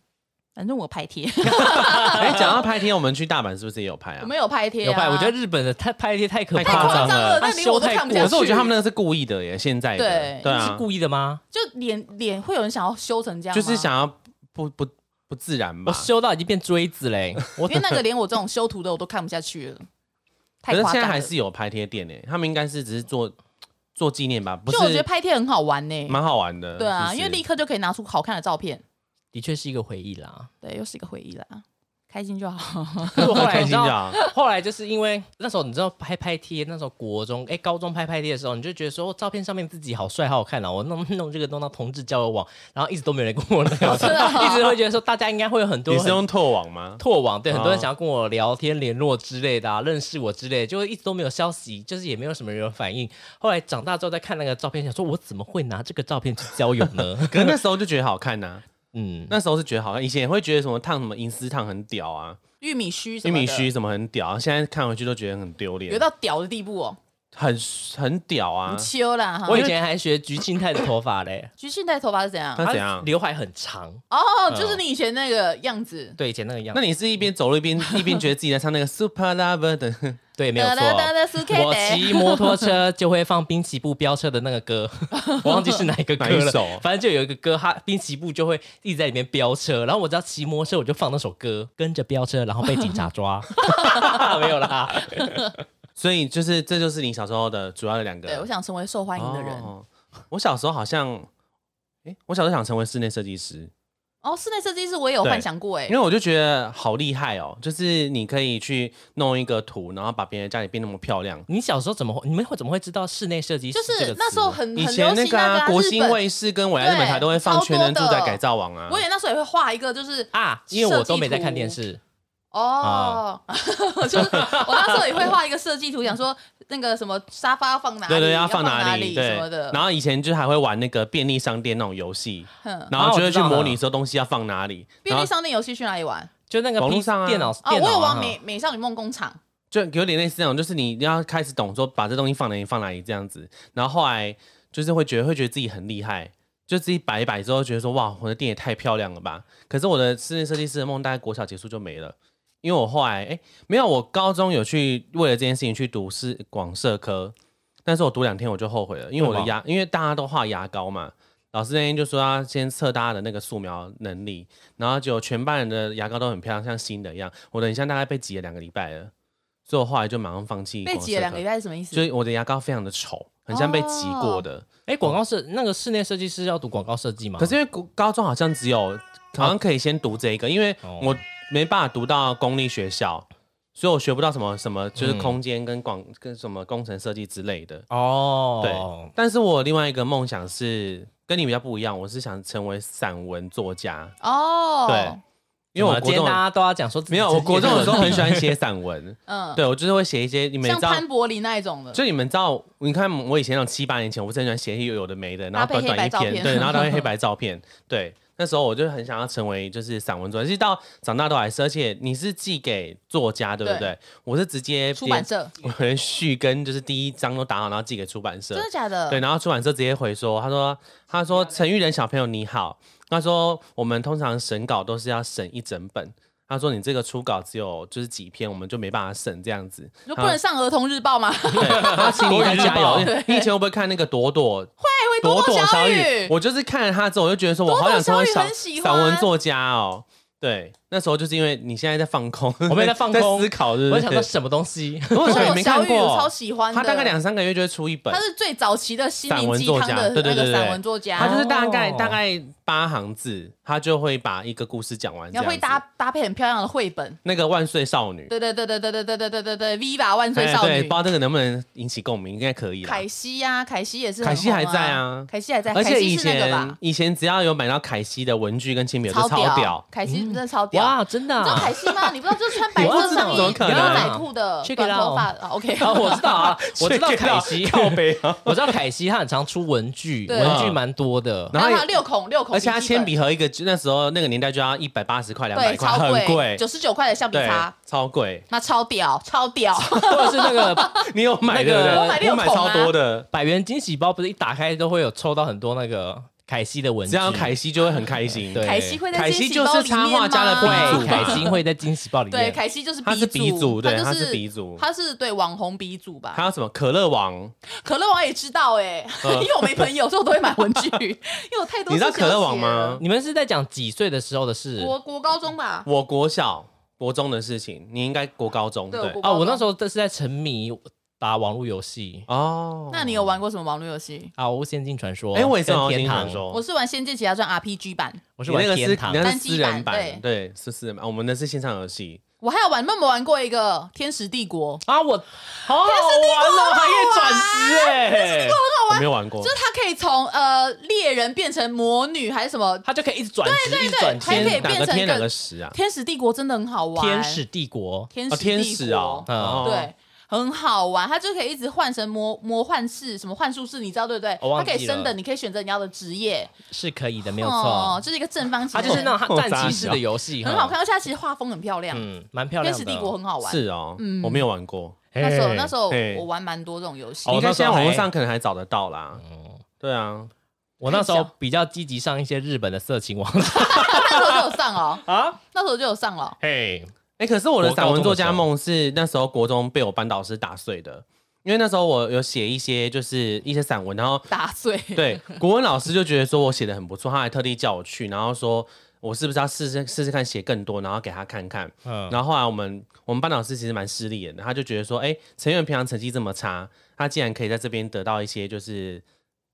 A: 反正我拍贴，
D: *laughs*
A: *laughs*
D: 哎，讲到拍贴，我们去大阪是不是也有拍啊
A: 我？们有拍贴、啊，
B: 有拍，我觉得日本的太拍贴太可
D: 太夸
B: 怕
A: 夸
D: 张
A: 张
D: 了啊
A: 了，那
B: 他
A: 连我
B: 修
A: 都
B: 太
A: 看不
B: 过
A: 下
D: 可
A: 去。
D: 是我觉得他们那个是故意的耶，现在的
A: 对
D: 对
B: 是
D: 啊，
B: 故意的吗？
A: 就脸脸会有人想要哦修成这样，
D: 就是，想要不不不自然
B: 我
D: 吧。
B: 修到已经变锥子嘞！我
A: 因为那
D: *laughs*
A: 个连我这种修图的我都看不下去了，
D: 可
A: 太
D: 是
A: 夸
D: 现
A: 张了。
D: 在还是有拍贴店诶，他们应该是只是做做纪念吧，不
A: 就我觉得
D: 是
A: 拍贴很好玩呢、
D: 蛮好玩的。
A: 对啊，
D: 其实
A: 因为立刻就可以拿出好看的照片，
B: 的确是一个回忆
A: *laughs*
B: 啦。
A: 对，又是一个回忆啦，开心就好。
B: 可是
D: *laughs*
B: 我后来
D: 开
B: 你知
D: 心就
A: *laughs*
D: 好。
B: 道，后来就是因为那时候你知道拍拍贴，那时候国中哎、高中拍拍贴的时候，你就觉得说、哦、照片上面自己好帅好好看啊，我弄弄这个弄到同志交友网，然后一直都没有人跟我聊
A: 真的哦
B: 天，一直会觉得说大家应该会有很多
D: 你是
B: 很
D: 用拓网
A: *laughs*
D: 吗？
B: 拓网，对，
D: 哦？
B: 很多人想要跟我聊天、联络之类的、啊，认识我之类的，就会一直都没有消息，就是也没有什么人有反应。后来长大之后再看那个照片，想说我怎么会拿这个照片去交友呢
D: 可是那时候就觉得好看呐，
B: 嗯，
D: 那时候是觉得好看，以前也会觉得什么烫什么银丝烫很屌啊，
A: 玉米须什
D: 玉
A: 么的，
D: 米须什么很屌啊，现在看回去都觉得很丢脸
A: 有，到屌的地步哦、
D: 很很屌啊
A: 很。秋啦哈。
B: 我以前还学菊青泰的头发嘞，
A: 橘性带头发是怎样？
D: 那怎样
B: 她刘海很长，
A: 哦，
D: 啊
A: 就是你以前那个样子。
B: 对，以前那个样
D: 那
B: 子，
D: 你是一边走路一
A: *laughs*
D: 边一边觉得自己在唱那个 Super Lover 的，
B: 对，没有错。
A: 哒哒哒苏 K
B: 我
A: 的
B: 骑摩托车就会放滨崎步飙车的那个歌，我忘记是哪一个歌
D: 哪一
B: 了
D: 首。
B: 反正就有一个歌，他滨崎步就会一直在里面飙车，然后我只要骑摩托车，我就放那首歌，跟着飙车，然后被警察
D: *laughs*
B: 抓。没有啦，
D: 所以就是这就是你小时候的主要的两个。
A: 对，我想成为受欢迎的人。
D: 哦我小时候好像，诶，我小时候想成为室内设计师，
A: 哦，室内设计师我也有
D: 对
A: 幻想过哎、
D: 因为我就觉得好厉害哦，就是你可以去弄一个图，然后把别人家里变那么漂亮。
B: 你小时候怎么会？你们会怎么会知道室内设计师
A: 就
B: 这
A: 是
B: 个
A: 那
B: 词
A: 时候
B: 呢
A: 很很
D: 以
A: 流行
D: 前那个啊、
A: 个啊
D: 国
A: 日
D: 新
A: 本
D: 卫视跟未来日本台都会放
A: 对
D: 全能住
A: 超多
D: 宅
A: 的
D: 改造王啊
A: 我，以为那时候也会画一个，就是
B: 啊，因为我都没在看
A: 设计图
B: 电视。
A: 哦，
D: 啊
A: *laughs* 就是我那时候也会画一个设计图，想说那个什么沙发要放哪里，
D: 对对，
A: 要
D: 要放
A: 哪
D: 里对
A: 什么的，。哦
D: 然后以前就还会玩那个便利商店那种游戏，
A: 哼
D: 然后就
B: 啊我
D: 会
B: 知
D: 去
B: 道
D: 模
B: 了
D: 拟说东西要放哪里，然
A: 便
D: 后
A: 利商店游戏去哪里玩？
B: 就那个
D: 网络
B: P-
D: 上啊
B: 电脑，
A: 哦，
B: 电脑
A: 我有
B: 啊
A: 玩美美少女梦工厂，
D: 就有点类似那种，就是你要开始懂说把这东西放哪里放哪里这样子，然后后来就是会觉得会觉得自己很厉害，就自己摆一摆之后觉得说哇我的店也太漂亮了吧，可是我的室内设计师的梦大概国小结束就没了。因为我后来哎、没有，我高中有去为了这件事情去读是广社科，但是我读两天我就后悔了，因为我的
B: 为什
D: 牙，因为大家都画牙膏嘛，老师那天就说要先测大家的那个素描能力，然后就全班人的牙膏都很漂亮，像新的一样，我的很像大概被挤了两个礼拜了，所以我后来就马上放弃。
A: 被挤了两个礼
D: 拜，
A: 拜是什么意思？
D: 所以我的牙膏非常的丑，很像被挤过的。
B: 哎，广告设那个室内设计师要读广告设
A: 哦
B: 计吗？
D: 可是因为高高中好像只有好像可以先读这一个，因为
B: 哦
D: 我没办法读到公立学校，所以我学不到什么什么就是
B: 嗯
D: 空间跟广、跟什么工程设计之类的。
B: 哦，
D: 但是我另外一个梦想是跟你比较不一样，我是想成为散文作家，
A: 哦，
D: 对，因为我
B: 怎么
D: 国
B: 今天
D: 中
B: 大家都要讲说自己
D: 没有，
B: 自己
D: 我国中的时候
B: 能力
D: 很喜欢写散文，
A: 嗯，
D: 对我就是会写一些你们也
A: 像
D: 知道。
A: 潘柏林那一种的，
D: 就你们知道，你看我以前那种七八年前，我不是很喜欢写一些有的没的，然后
A: 搭配
D: 短短一
A: 黑白照
D: 篇，
A: 片
D: 对，然后搭配黑白
A: *laughs*
D: 照片，对。那时候我就很想要成为就是散文作家，其实到长大都还是，而且你是寄给作家，对不对？
A: 对
D: 我是直接
A: 出版
D: 连，
A: 社，
D: *laughs* 我连序跟就是第一章都打好，然后寄给出版社
A: 真。的假的？
D: 对，然后出版社直接回说，他说他说陈玉仁小朋友你好，他说我们通常审稿都是要审一整本，他说你这个初稿只有就是几篇，我们就没办法审这样子。
A: 就不能上儿童日报吗？
D: 对，他请你再加
B: 国
A: 语日
D: 油
A: 报。
D: 你以前会不会看那个朵朵？
A: 会
D: 朵朵
A: 哎小
D: 小雨，我就是看了他之后，我就觉得说我好想成为
A: 朵朵
D: 小
A: 小雨很喜欢
D: 散文作家哦。对，那时候就是因为你现在在放空，我
B: 我没在放空
D: 思考，对不
B: 我
D: 对？
B: 想说什么东
A: *laughs*
B: 西？
D: 朵朵
A: 朵
D: 小雨
A: 朵
D: 没
A: 小
D: 看
A: 雨我超
D: 过，
A: 喜欢的，
D: 他大概两三个月就会出一本
A: 他，是啊最早期的心灵鸡汤的
D: 散文作家
A: 那
D: 对对对
A: 个
D: 对
A: 散文作家，
D: 他就是大概
B: 哦
D: 大概八行字，他就会把一个故事讲完。
A: 然后会
D: 这样
A: 搭
D: 子
A: 搭配很漂亮的绘本。
D: 那个万岁少女，
A: 对对对对对对对对对对对，Viva 万岁
D: 哎
A: 少
D: 对，不
A: 女
D: 知，道这个能不能引起共鸣，应该可以啦。
A: 凯西呀，凯西也是很
D: 凯
A: 红，
D: 西还在啊
A: 凯西还在，
D: 而
A: 凯
D: 且
A: 西
D: 以
A: 是那个吧
D: 前以前只要有买到凯西的文具跟铅笔，我就超
A: 屌
D: 屌，，
A: 凯西真的超屌。
B: 哇，真的
A: 你知道
B: 啊！
A: 凯西吗？你不知道，就是穿白
B: 我
A: 色
B: 知道
A: 上衣、
D: 怎么可能
A: 牛仔裤的
B: Check it
A: 短头发的。啊 OK，
B: 啊，我知道啊，
D: *laughs*
B: 我知道
D: Check it
B: 凯
D: out，
B: 西， *laughs*
D: 靠背啊。
B: 我知道凯西，他很常出文具，
A: 对啊
B: 文具蛮多的。
A: 然
D: *laughs* 然后
A: 后
D: 也
A: 还有六孔六孔
D: 而
A: 笔记
D: 且
A: 本，
D: 它铅笔盒一个，那时候那个年代就要一百八十块、两百
A: 对
D: 块，
A: 超
D: 很
A: 贵，
D: 贵，
A: 九十九块的橡皮
D: 对
A: 擦，，
D: 超贵。
A: 那超屌，超屌。
B: 或者是那个
D: 你有买对不
B: 那
D: 对？
B: 个
A: 我买六
D: 我买
A: 孔啊
D: 超多的，
B: 百元惊喜包，不是一打开都会有抽到很多那个凯西的文具。
D: 这样凯西就会很开心。
B: 对
A: 凯西会在
D: 凯
A: 惊
D: 西
A: 喜
D: 就是
A: 包里
D: 插
A: 面
D: 画家的
A: 吗
D: 鼻祖
B: 对，凯西会在惊喜包里
A: 对，
B: 面。
A: 凯西就是
D: 他是鼻祖对
A: 他
D: 他
A: 就是
D: 鼻祖
A: 他是对网红鼻祖吧
D: 还？有什么可乐王？
A: 可乐网也知道哎， *laughs* 因为我没朋友，所以我都会买文具，因为我太多。
D: 嗯你知道可乐网吗？？
B: 你们是在讲几岁的时候的事？
A: 国国高中吧，
D: 我国小、国中的事情，你应该国高中
A: 对
D: 对
A: 我国
B: 哦，我那时候这是在沉迷打网络游戏
D: 哦。
A: 那你有玩过什么网络游戏？
B: 啊，我《仙境传说》。
D: 哎，我也是
B: 跟
D: 玩《
B: 天
D: 天
B: 堂
D: 堂》，说，
A: 我是玩《仙剑奇侠传》RPG 版，
B: 我是
D: 你
B: 玩
D: 那个是
B: 天堂
D: 你。那是
A: 单机
D: 私人
A: 版
D: 版，对，是私人版。我们的是线上游戏，
A: 我还有玩，那么玩过一个《天使帝国》，
B: 啊，我好好玩哦，还可以转职哎，
D: 我没有玩过
A: 就。是它可以从呃猎人变成魔女还是什么？
B: 它就可以一直转职，一直
A: 对
B: 转
A: 还可以
B: 天
A: 变
D: 哪个
A: 成
D: 天
A: 更
D: 哪个十啊？
A: 天使帝国真的很好玩，
B: 天使帝国。
A: 天
D: 哦，
A: 使
D: 天
A: 帝
D: 使
A: 国
D: 哦，
B: 嗯
D: 哦，
A: 对，很好玩，它就可以一直换成魔魔幻士，什么幻术士，你知道对不对？
B: 我忘
A: 它
B: 记
A: 可以升
B: 了
A: 等，你可以选择你要的职业，
B: 是可以的，没有
A: 哦
B: 错。
A: 就是一个正方形
B: 它
A: 的，
B: 就是那种
D: 哦
B: 战棋式的游戏，
A: 很好看，而且它其实画风很漂亮，
B: 嗯，蛮漂亮
A: 天
B: 的。
A: 使帝国很好玩。
D: 是哦，
A: 嗯
D: 我没有玩过。
A: 那时候那时候
D: 嘿
A: 我玩蛮多这种游戏
B: 哦，
D: 应该
B: 那时
D: 现在
B: 候
D: 网络
B: 还
D: 上可能还找得到啦。
B: 嗯
D: 对啊，
B: 我那时候比较积极上一些日本的色情网站
A: 那时候就有上哦，
D: *laughs*
B: 啊，
A: 那时候就有上了。
B: 嘿，
D: 哎、可是我的
B: 国高
D: 散文
B: 中的
D: 作家
B: 时候
D: 梦是那时候国中被我班导师打碎的，因为那时候我有写一些就是一些散文，
A: *laughs*
D: 然后
A: 打碎，
D: 对国文老师就觉得说我写的很不错，他还特地叫我去，然后说我是不是要试试试试看写更多，然后给他看看。
B: 嗯，
D: 然后后啊来我们我们班导师其实蛮势利眼的，他就觉得说，哎、陈远平常成绩这么差，他竟然可以在这边得到一些就是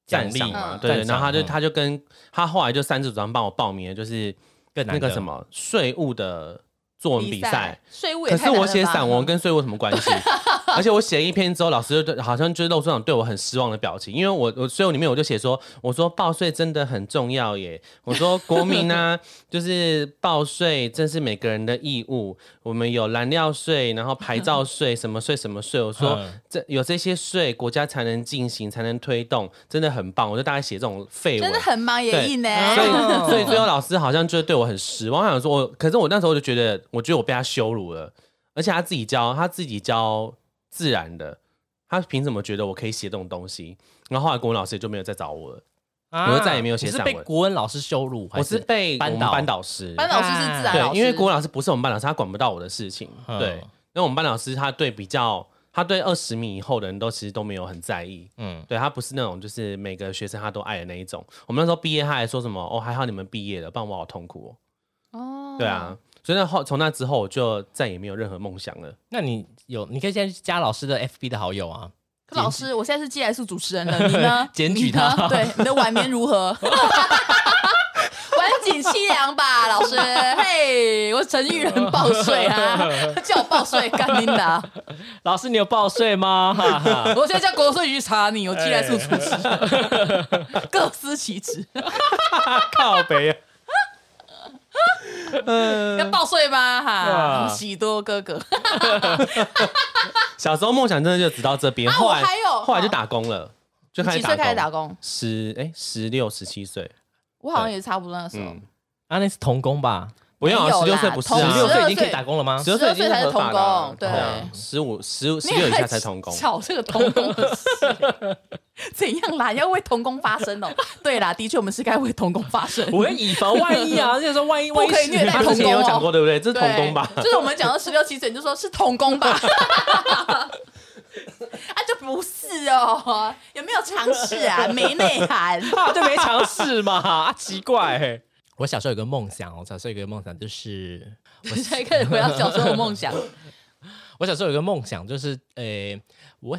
D: 站
B: 奖
D: 上
B: 励
D: 嘛，
A: 嗯
D: 对对，
B: 赞赏
D: 然后他就
B: 嗯
D: 他就跟他后来就三次主张帮我报名了，就是
B: 更难
D: 那个
B: 得
D: 什么税务的作文比赛。
A: 税务也
D: 可
A: 太
D: 是
A: 难了
D: 我写
A: 吧
D: 散文跟税务有什么关系？ *laughs* 而且我写一篇之后，老师就对好像就是露出那种对我很失望的表情，因为我我税务里面我就写说，我说报税真的很重要耶，我说国民呢、啊 *laughs* 就是报税正是每个人的义务，我们有燃料税，然后
A: *laughs*
D: 牌照税，什么税什么税，我说
B: 嗯
D: 这有这些税，国家才能进行，才能推动，真的很棒。我就大概写这种废文
A: 真的，很忙也
D: 对
A: 硬呢、
D: 所以
B: 哦
D: 所以最后老师好像就对我很失望，我想说我，可是我那时候就觉得，我觉得我被他羞辱了，而且他自己教，他自己教自然的，他凭什么觉得我可以写这种东西？然后后来国文老师也就没有再找我了，
B: 啊
D: 我就再也没有写
B: 你是
D: 散
B: 被
D: 文
B: 国文老师羞辱，还
D: 我是被
B: 班
D: 我们
B: 导
D: 班导师，
A: *laughs* 班导师是自然老师，
D: 对，因为国文老师不是我们班老师，他管不到我的事情，
B: 嗯
D: 对，因为我们班老师他对比较，他对二十米以后的人都其实都没有很在意，
B: 嗯，
D: 对他不是那种就是每个学生他都爱的那一种。我们那时候毕业他还说什么哦，还好你们毕业了，不然我好痛苦哦。
A: 哦，
D: 对啊，所以那后从那之后我就再也没有任何梦想了。
B: 那你有，你可以现在去加老师的 FB 的好友啊，
A: 可老师，我现在是寄来素主持人了，你呢？
B: *laughs* 检举
A: 你呢
B: 他
A: 对，你的晚年如
B: *laughs*
A: 何？晚景凄凉吧，老师。嘿，我陈玉仁报税
B: *laughs*
A: 啊，叫我报税干你的。
B: 老师你有报税吗？哈哈，
A: 我现在叫国税局查你，我寄来素主持人，
B: *laughs*
A: 各司其职。
B: 靠北啊，
A: *laughs* 要报税吗？哈，
B: 啊
A: 喜多哥哥，
D: 小时候梦想真的就只到这边，
A: 啊
D: 后来
A: 我还有
D: 后来就打工了，就开
A: 几
D: 始
A: 岁开始打
D: 打工，
A: 工？
D: 十哎十六十七岁，
A: 我好像也是差不多那时候
D: 嗯。，
B: *laughs* 啊那是童工吧？
D: 不用
A: 没有
D: 啊，十
A: 啦
D: 六岁不是
A: 同
B: 哦十
D: 啊，
B: 六
A: 16岁
B: 岁已经可以打工了吗？
D: 十六岁已经
A: 16岁才是
D: 合法的啊
A: 童工对
D: 啊，十五十十
A: 你
D: 六
A: 也
D: 以
A: 在
D: 下才童工，
A: 吵这个童工的事， *laughs* 怎样啦？要为童工发声哦。对啦，的确我们是该为童工发声。
B: 我会以防万一啊， *laughs* 那时候万一
A: 不
B: 万一
A: 可以虐待
D: 他之前也有讲过对不对？这是
A: 哦对
D: 童工吧？
A: 就是我们讲到十六七岁，你就说是童工吧？ *laughs* 啊，就不是哦，有没有尝试啊？没内涵。
B: 啊，就没尝试嘛，啊奇怪、欸。我小时候有个梦想，我小时候有个梦想就是，
A: 我现在开始回到小时候的梦想，
B: 我小时候有个梦想就是，呃、我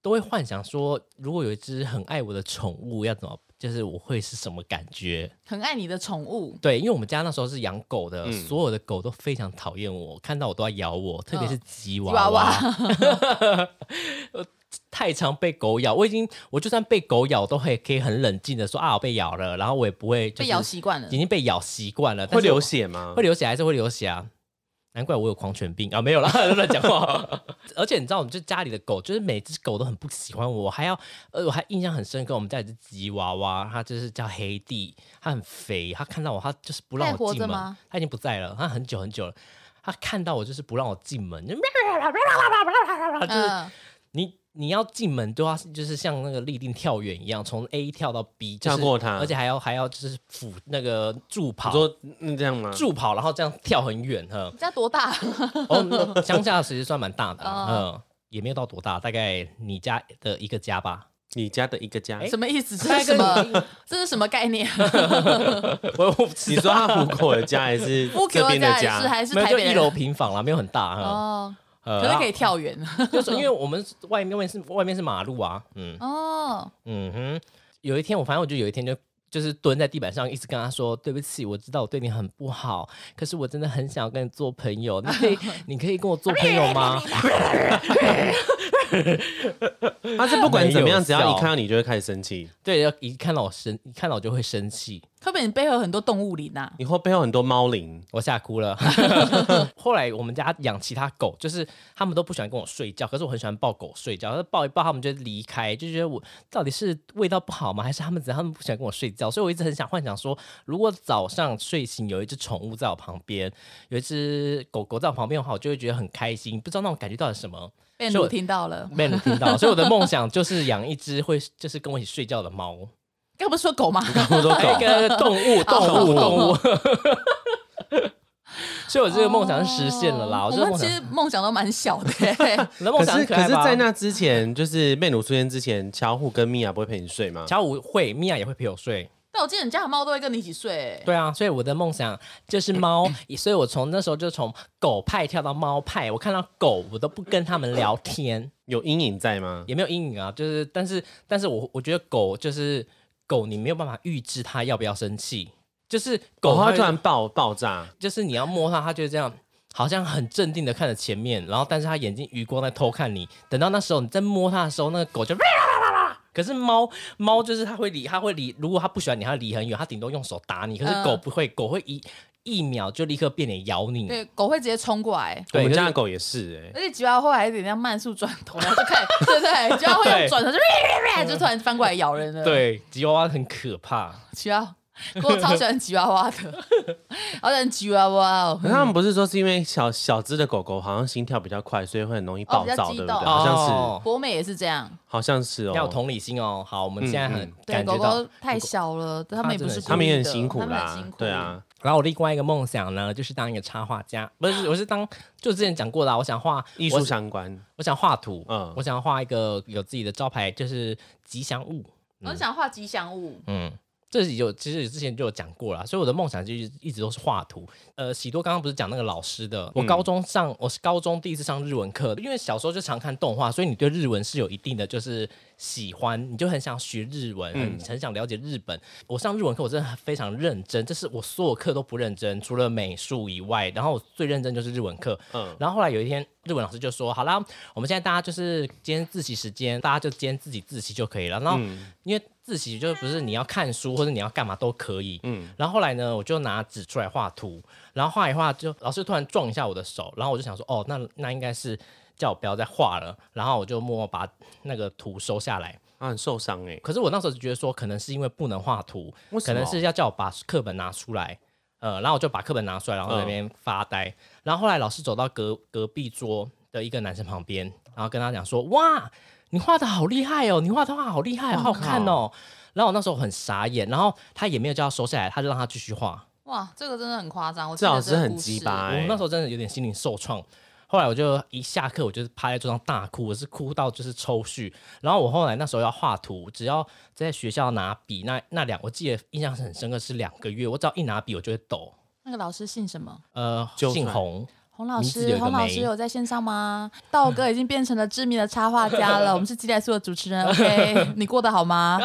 B: 都会幻想说，如果有一只很爱我的宠物，要怎么，就是我会是什么感觉？
A: 很爱你的宠物，
B: 对，因为我们家那时候是养狗的，
D: 嗯
B: 所有的狗都非常讨厌我，看到我都要咬我，特别是吉娃
A: 娃
B: 娃，
A: 嗯娃
B: 呃 *laughs* 太常被狗咬。我已经，我就算被狗咬，都会可以很冷静的说啊，我被咬了，然后我也不会、就是、
A: 被咬习惯了
B: 已。经被咬习惯了，
D: *laughs* 会
B: 但是
D: 流
B: 我，
D: 血吗？
B: 会流血还是会流血啊？难怪我有狂犬病啊，没有啦， *laughs* 乱讲话。而且你知道，我们就家里的狗，就是每只狗都很不喜欢我，我还要，呃，我还印象很深刻，我们家有一只吉娃娃，它就是叫黑弟，它很肥，它看到我，它就是不让
A: 它还
B: 我
A: 活
B: 进
A: 着
B: 门
A: 吗，
B: 它已经不在了，它很久很久了，它看到我就是不让我进门，就就是
A: 嗯，
B: 你你要进门都要就是像那个立定跳远一样，从 A 跳到 B，、就是、
D: 跳过它
B: 而且还要还要就是俯那个助跑
D: 你，说嗯这样吗？
B: 助跑，然后这样跳很远呵
A: 你。家多大？
B: 哦，那乡下其实算蛮大的啊，
A: 哦
B: 嗯，也没有到多大，大概你家的一个家吧。
D: 你家的一个家，
A: 什么意思？这是什
B: 大
A: 么？这是什么概 *laughs* 念？
B: 我我不知
D: 你说他虎口的家
A: *laughs*
D: 还是
A: 乌
D: 这
A: 克
D: 边
A: 兰
D: 的
A: 家
D: 家
A: 也是？还是
B: 没有
A: 台
B: 就
A: 北
B: 一
A: 人
B: 楼平房啦，没有很大嗯哈。
A: 哦，
B: 呃
A: 可是可以跳远
B: 就是因为我们是外面外面是外面是马路啊，嗯
A: 哦。
B: 嗯哼。有一天我反正我就有一天就就是蹲在地板上，一直跟他说对不起，我知道我对你很不好，可是我真的很想要跟你做朋友，你
A: *laughs*
B: 可以你可以跟我做朋友吗？
D: 他是不管怎么样，
B: 没有
D: 只要一看到你就会开始生气。
B: 对，要一看到我生，一看到我就会生气。
A: 会不会你背后有很多动物林呐？
D: 你后背后很多猫铃，
B: 我吓哭了。 *laughs* 后来我们家养其他狗，就是他们都不喜欢跟我睡觉，可是我很喜欢抱狗睡觉。抱一抱，他们就离开，就觉得我到底是味道不好吗？还是他们只他们不喜欢跟我睡觉？所以我一直很想幻想说，如果早上睡醒有一只宠物在我旁边，有一只狗狗在我旁边的话，我就会觉得很开心。不知道那种感觉到底是什么
A: 被
B: 所以
A: 我
B: 我
A: 听到了，
B: 没有人听到。所以我的梦想就是养一只会就是跟我一起睡觉的猫，
A: 刚不是说狗吗？
D: 我都
B: 还有
D: 懂。
B: 一个动
A: *laughs*
B: 物，动物，动物。 *laughs* 所以，我这个梦想是实现了啦。
A: 哦
B: 我
A: 我
B: 这个
A: 们
B: 梦
A: 其
B: 想
A: 实梦想都蛮小的欸
B: 你的
D: 可
B: 梦想
D: 是
B: 很
D: 可
B: 爱
D: 是，
B: 吧
D: 在那之前，就是妹奴出现之前，巧虎跟米娅不会陪你睡吗？
B: 巧虎会，米娅也会陪我睡。
A: 但我记得你家的猫都会跟你一起睡、欸，
B: 对啊，所以我的梦想就
A: *laughs*
B: 是猫，所以我从那时候就从狗派跳到猫派。我看到狗，我都不跟他们聊天，
D: 有阴影在吗？
B: 也没有阴影啊。就是，但是，但是我我觉得狗就是狗，你没有办法预知它要不要生气。就是
D: 狗
B: 狗，它
D: 哦它
B: 会
D: 突然爆爆炸，
B: 就是你要摸它，它就会这样，好像很镇定的看着前面，然后但是它眼睛余光在偷看你。等到那时候你在摸它的时候，那个狗就 *laughs* 可是猫猫就是它会离，它会离，如果它不喜欢你，它会离很远，它顶多用手打你。可是
A: 嗯
B: 狗不会，狗会一一秒就立刻变脸咬你。
A: 对，狗会直接冲过来。
D: 我
B: 对
D: 们
B: 就是
D: 家的狗也是
A: 而
D: 哎、
A: 且吉娃后来有点像慢速转头，然后就开始，对不对？吉娃会用转头就就突然翻过来咬人了。，
B: 对，吉娃娃很可怕。
A: 吉娃，可我超喜欢吉娃娃的，好喜欢吉娃娃哦
D: 可。是他们不是说是因为小小只的狗狗好像心跳比较快，所以会很容易暴
A: 比较
D: 躁，
A: 激
D: 对不对？
A: 动
D: 好像是，
B: 哦
A: 博美也是这样，
D: 好像是哦。
B: 要有同理心哦。好，我们
D: 嗯
B: 现在很
D: 嗯
A: 对，
B: 感觉
A: 狗
B: 到。
A: 狗太小了，他们也不是故意的
D: 他们也很辛苦
A: 他们
D: 啦，
A: 很辛苦
D: 对，啊，
B: 然后我另外一个梦想呢，就是当一个插画家，不是，我是当就之前讲过啊啦，我想画
D: 艺
B: 我
D: 术相关。
B: 我想画图，
D: 嗯
B: 我想画一个有自己的招牌，就是吉祥物，
A: 我想画吉祥物，
B: 嗯。这有其实之前就有讲过啦，所以我的梦想就是一直都是画图。呃，喜多刚刚不是讲那个老师的，我高中上、我是高中第一次上日文课，因为小时候就常看动画，所以你对日文是有一定的就是喜欢，你就很想学日文，很很想了解日本。我上日文课我真的非常认真，这是我所有课都不认真，除了美术以外，然后我最认真就是日文课。嗯，然后后来有一天，日文老师就说：“好啦，我们现在大家就是今天自习时间，大家就今天自己自习就可以了。”然后、因为自习就不是你要看书或者你要干嘛都可以。嗯，然后后来呢，我就拿纸出来画图，然后画一画就老师突然撞一下我的手，然后我就想说：“哦，那那应该是叫我不要再画了。”然后我就默默把那个图收下来。
D: 他很受伤哎、
B: *laughs* 可是我那时候就觉得说，可能是因为不能画图，
D: 为什
B: 可
D: 么
B: 能是要叫我把课本拿出来，呃，然后我就把课本拿出来，然后在那边发呆。然后后来老师走到隔隔壁桌的一个男生旁边，然后跟他讲说：“哇，你画的好厉害哦，你画的画好厉害哦，好好看哦。”然后我那时候很傻眼，然后他也没有叫他收下来，他就让他继续画。
A: 哇，这个真的很夸张，我
D: 这
A: 记得
D: 老师
A: 个
D: 很
A: 故事
D: 鸡巴
B: 我
D: 哎、
B: 那时候真的有点心灵受创。后来我就一下课，我就是趴在桌上大哭，我是哭到就是抽搐。然后我后来那时候要画图，只要在学校拿笔，那那两我记得印象很深刻是两个月，我只要一拿笔我就会抖。
A: 那个老师姓什么？
B: 呃，
D: *laughs* 就
B: 姓
D: 算
B: 洪，
A: 洪老
B: 名字有一
A: 师，
B: 个
A: 洪老
B: 梅
A: 师有在线上吗？道哥已经变成了知名的插画家了，我们是鸡来素的主持人。OK，你过得好吗？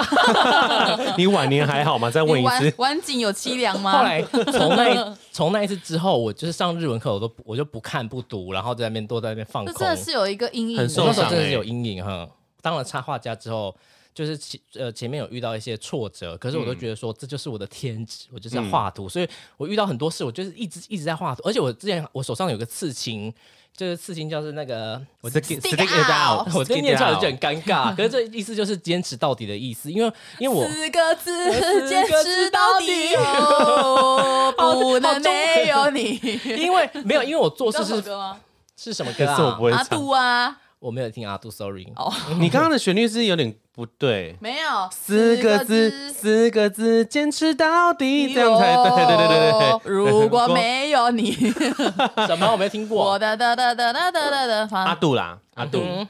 D: 你晚年还好吗？再问
A: 你
D: 一
A: 晚 *laughs*
D: 次，
A: 晚景有凄凉吗？
B: 后来从那一 *laughs* 从那一次之后，我就是上日文课我都不我就不看不读，然后在那边都在那边放
A: 这
B: 空。
A: 真的是有一个阴影的，
D: 很
B: 我
D: 受
B: 那时
D: 伤
B: 候真的
D: 欸
B: 是有阴影哈。当了插画家之后，就是前呃前面有遇到一些挫折，可是
A: 嗯
B: 我都觉得说这就是我的天职，我就是要画图，所以我遇到很多事，我就是一直一直在画图，而且我之前我手上有个刺青，就是刺青就是那个
A: *laughs*
D: 我 stick
A: stick
D: stick it
A: out
D: out，
B: 我这念出来
D: stick it
B: 就很尴尬，可是
A: *laughs*
B: 这意思就是坚持到底的意思，因为因为我。
A: 四个字，
B: 四
A: 坚
B: 个
A: 持
B: 字
A: 到
B: 到
A: 底
B: 底
A: *laughs* 哦，不
B: 好
A: 能
B: 中
A: 没有你。
B: 因为没有，因为我做
A: 你知道
B: 事
A: 这首
B: 是
A: 歌吗？
B: 是什么歌
D: 可是我
B: 啊
D: 不？会
A: 阿
D: 唱。
A: 杜啊，
B: 我没有听阿杜，sorry。
A: 哦
D: 你刚刚的旋律是有点不对，
A: 没有
D: 四个字，四个字，坚持到底，这样才对，对对对对
A: 哟
D: 对。
A: 如果没有你，
B: 什么？我没听
A: 我
B: 过。
A: 的的的的的的的的，
D: 阿
A: 反
D: 杜啦，阿杜，
B: 嗯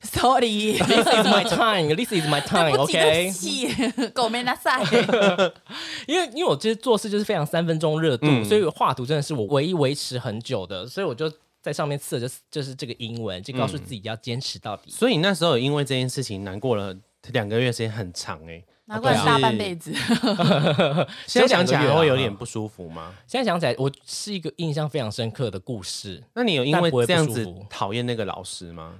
A: sorry，
B: This is my time. This is my
A: 对
B: time.
A: 不起，对
B: OK
A: 不。起，狗没拿赛。
B: 因为因为我其实做事就是非常三分钟热度，
D: 嗯
B: 所以画图真的是我唯一维持很久的，所以我就在上面刺的就是就是这个英文，就告诉自己要坚持到底。
D: 所以那时候有因为这件事情难过了两个月，时间很长哎。
A: 难怪是大半辈子，
D: 现在想起来
B: 只有两个月
D: 还
B: 啊
D: 会有点不舒服吗？
B: 现在想起来，我是一个印象非常深刻的故事。
D: 那你有因为这样
B: 但
D: 子
B: 不会不舒服
D: 讨厌那个老师吗？